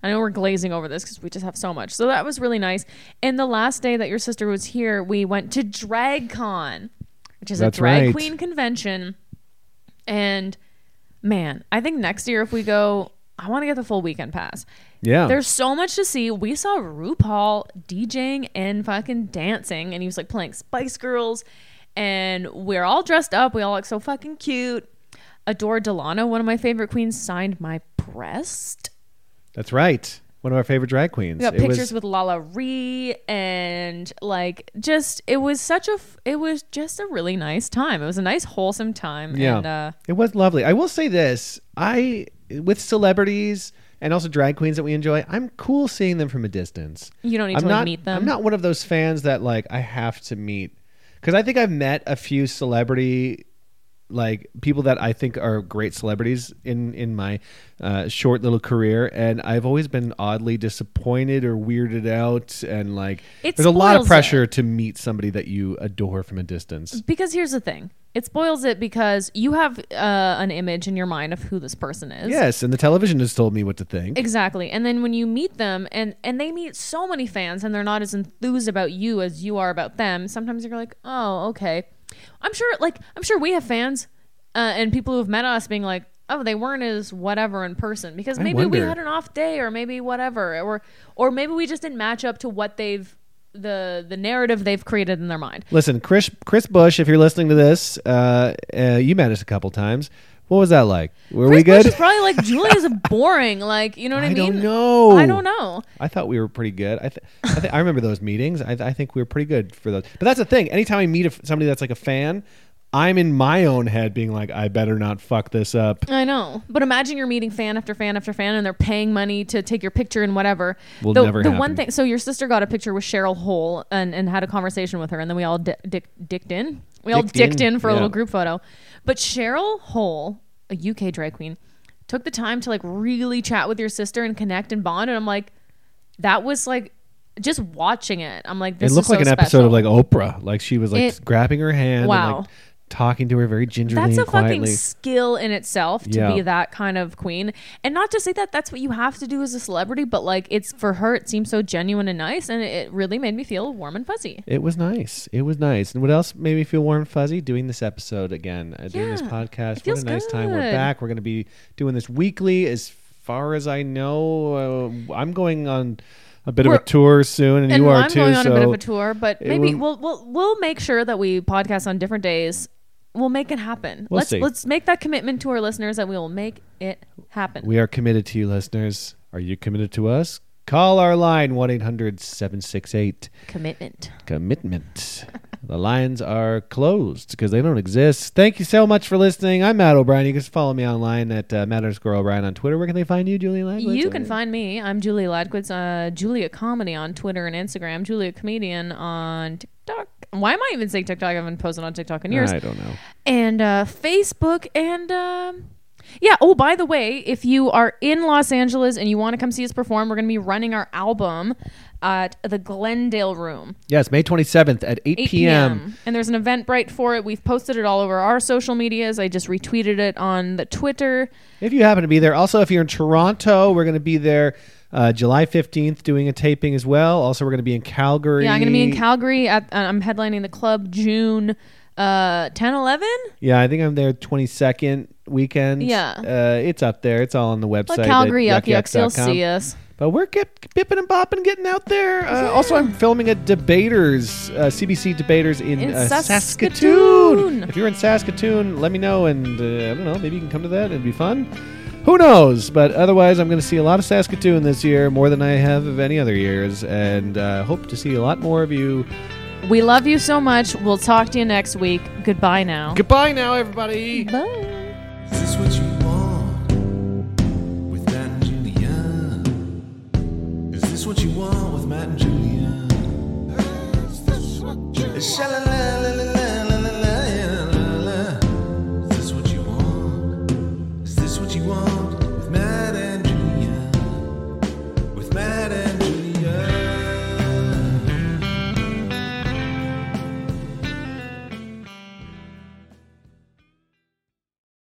Speaker 2: I know we're glazing over this because we just have so much. So that was really nice. And the last day that your sister was here, we went to DragCon, which is
Speaker 3: That's
Speaker 2: a drag
Speaker 3: right.
Speaker 2: queen convention. And man, I think next year if we go, I want to get the full weekend pass.
Speaker 3: Yeah.
Speaker 2: There's so much to see. We saw RuPaul DJing and fucking dancing, and he was like playing Spice Girls, and we're all dressed up. We all look so fucking cute. Adore Delano, one of my favorite queens, signed my breast.
Speaker 3: That's right. One of our favorite drag queens.
Speaker 2: We got
Speaker 3: It was-
Speaker 2: pictures with Lala Ree, and like just it was such a f- it was just a really nice time. It was a nice wholesome time.
Speaker 3: Yeah.
Speaker 2: And, uh,
Speaker 3: it was lovely. I will say this. I with celebrities and also drag queens that we enjoy, I'm cool seeing them from a distance.
Speaker 2: You don't need
Speaker 3: I'm
Speaker 2: to, like,
Speaker 3: not,
Speaker 2: meet them.
Speaker 3: I'm not one of those fans that like I have to meet because I think I've met a few celebrity like people that I think are great celebrities in in my uh, short little career, and I've always been oddly disappointed or weirded out, and like
Speaker 2: It
Speaker 3: there's a lot of
Speaker 2: spoils it.
Speaker 3: pressure to meet somebody that you adore from a distance.
Speaker 2: because here's the thing it spoils it because you have uh, an image in your mind of who this person is
Speaker 3: Yes, and the television has told me what to think.
Speaker 2: exactly and then when you meet them and and they meet so many fans and they're not as enthused about you as you are about them sometimes you're like oh okay i'm sure like i'm sure we have fans uh, and people who have met us being like oh they weren't as whatever in person because
Speaker 3: I
Speaker 2: maybe we
Speaker 3: wonder.
Speaker 2: had an off day or maybe whatever or or maybe we just didn't match up to what they've the the narrative they've created in their mind
Speaker 3: Listen, Chris Chris Bush, if you're listening to this, uh, uh, you met us a couple times. What was that like? Were we
Speaker 2: Chris
Speaker 3: good?
Speaker 2: Bush is probably
Speaker 3: <laughs>
Speaker 2: like Julia's boring. Like you know what I,
Speaker 3: I
Speaker 2: mean?
Speaker 3: don't know.
Speaker 2: I don't know.
Speaker 3: I thought we were pretty good. I th- I, th- I remember those meetings. I, th- I think we were pretty good for those. But that's the thing. Anytime I meet a f somebody that's like a fan, I'm in my own head being like, I better not fuck this up.
Speaker 2: I know. But imagine you're meeting fan after fan after fan, and they're paying money to take your picture and whatever.
Speaker 3: Will
Speaker 2: the
Speaker 3: never
Speaker 2: the
Speaker 3: happen.
Speaker 2: one thing. So your sister got a picture with Cheryl Hole and and had a conversation with her, and then we all di- dick, dicked in. We all
Speaker 3: Dicked
Speaker 2: dicked,
Speaker 3: in,
Speaker 2: in for a
Speaker 3: yeah.
Speaker 2: little group photo. But Cheryl Hole, a UK drag queen, took the time to like really chat with your sister and connect and bond. And I'm like, that was like. Just watching it, I'm like, this
Speaker 3: it looks
Speaker 2: is
Speaker 3: like
Speaker 2: so
Speaker 3: an episode
Speaker 2: special.
Speaker 3: of like Oprah. Like she was like
Speaker 2: It-
Speaker 3: grabbing her hand.
Speaker 2: Wow.
Speaker 3: And, like, talking to her very gingerly
Speaker 2: That's a
Speaker 3: and quietly.
Speaker 2: fucking skill in itself to
Speaker 3: Yeah.
Speaker 2: be that kind of queen. And not to say that that's what you have to do as a celebrity, but like it's for her, it seems so genuine and nice. And it really made me feel warm and fuzzy.
Speaker 3: It was nice. It was nice. And what else made me feel warm and fuzzy? Doing this episode again, uh, doing this
Speaker 2: Yeah,
Speaker 3: podcast.
Speaker 2: it
Speaker 3: What a
Speaker 2: feels
Speaker 3: nice time. We're
Speaker 2: good.
Speaker 3: back. We're going to be doing this weekly. As far as I know, uh, I'm going on a bit of
Speaker 2: We're-
Speaker 3: a tour soon, and,
Speaker 2: and
Speaker 3: you are
Speaker 2: I'm
Speaker 3: too.
Speaker 2: going on
Speaker 3: so
Speaker 2: a bit of a tour, but
Speaker 3: it
Speaker 2: maybe
Speaker 3: will-
Speaker 2: we'll, we'll we'll make sure that we podcast on different days. We'll make it happen.
Speaker 3: We'll
Speaker 2: let's
Speaker 3: see.
Speaker 2: let's make that commitment to our listeners that we will make it happen.
Speaker 3: we are committed to you, listeners. Are you committed to us? Call our line 1 800 768
Speaker 2: commitment.
Speaker 3: commitment. the lines are closed because they don't exist. Thank you so much for listening. I'm Matt O'Brien. You can follow me online at uh, Matt underscore O'Brien on Twitter. Where can they find you, Julie Langwood?
Speaker 2: You can find me. I'm Julia Ladquitz, uh, Julia Comedy on Twitter and Instagram, Julia Comedian on TikTok. Why am I even saying TikTok? I haven't posted on TikTok in years.
Speaker 3: I don't know.
Speaker 2: and uh, Facebook and um, yeah. Oh, by the way, if you are in Los Angeles and you want to come see us perform, we're going to be running our album at the Glendale Room,
Speaker 3: Yes, May 27th at 8,
Speaker 2: 8
Speaker 3: p.m.
Speaker 2: p.m. And there's an Eventbrite for it. We've posted it all over our social medias. I just retweeted it on the Twitter.
Speaker 3: If you happen to be there. Also, if you're in Toronto, we're going to be there uh, July 15th doing a taping as well. Also, we're going to be in Calgary.
Speaker 2: Yeah, I'm going to be in Calgary. At uh, I'm headlining the club June uh, 10, 11.
Speaker 3: Yeah, I think I'm there 22nd weekend.
Speaker 2: Yeah.
Speaker 3: Uh, it's up there. It's all on the website.
Speaker 2: But Calgary,
Speaker 3: at
Speaker 2: yuck, yucks, you'll
Speaker 3: yuckyucks.com.
Speaker 2: see us.
Speaker 3: But we're get, bipping and bopping, getting out there. Uh, Also, I'm filming a debaters, uh, CBC debaters in,
Speaker 2: In
Speaker 3: uh, Saskatoon.
Speaker 2: Saskatoon.
Speaker 3: If you're in Saskatoon, let me know, and uh, I don't know, maybe you can come to that. It'd be fun. Who knows? But otherwise, I'm going to see a lot of Saskatoon this year, more than I have of any other years, and uh, hope to see a lot more of you.
Speaker 2: We love you so much. We'll talk to you next week. Goodbye now.
Speaker 3: Goodbye now, everybody.
Speaker 2: Bye.
Speaker 1: Is this what you want with Matt and Julia? Is this what you want with Matt and Julia? Is this what you want?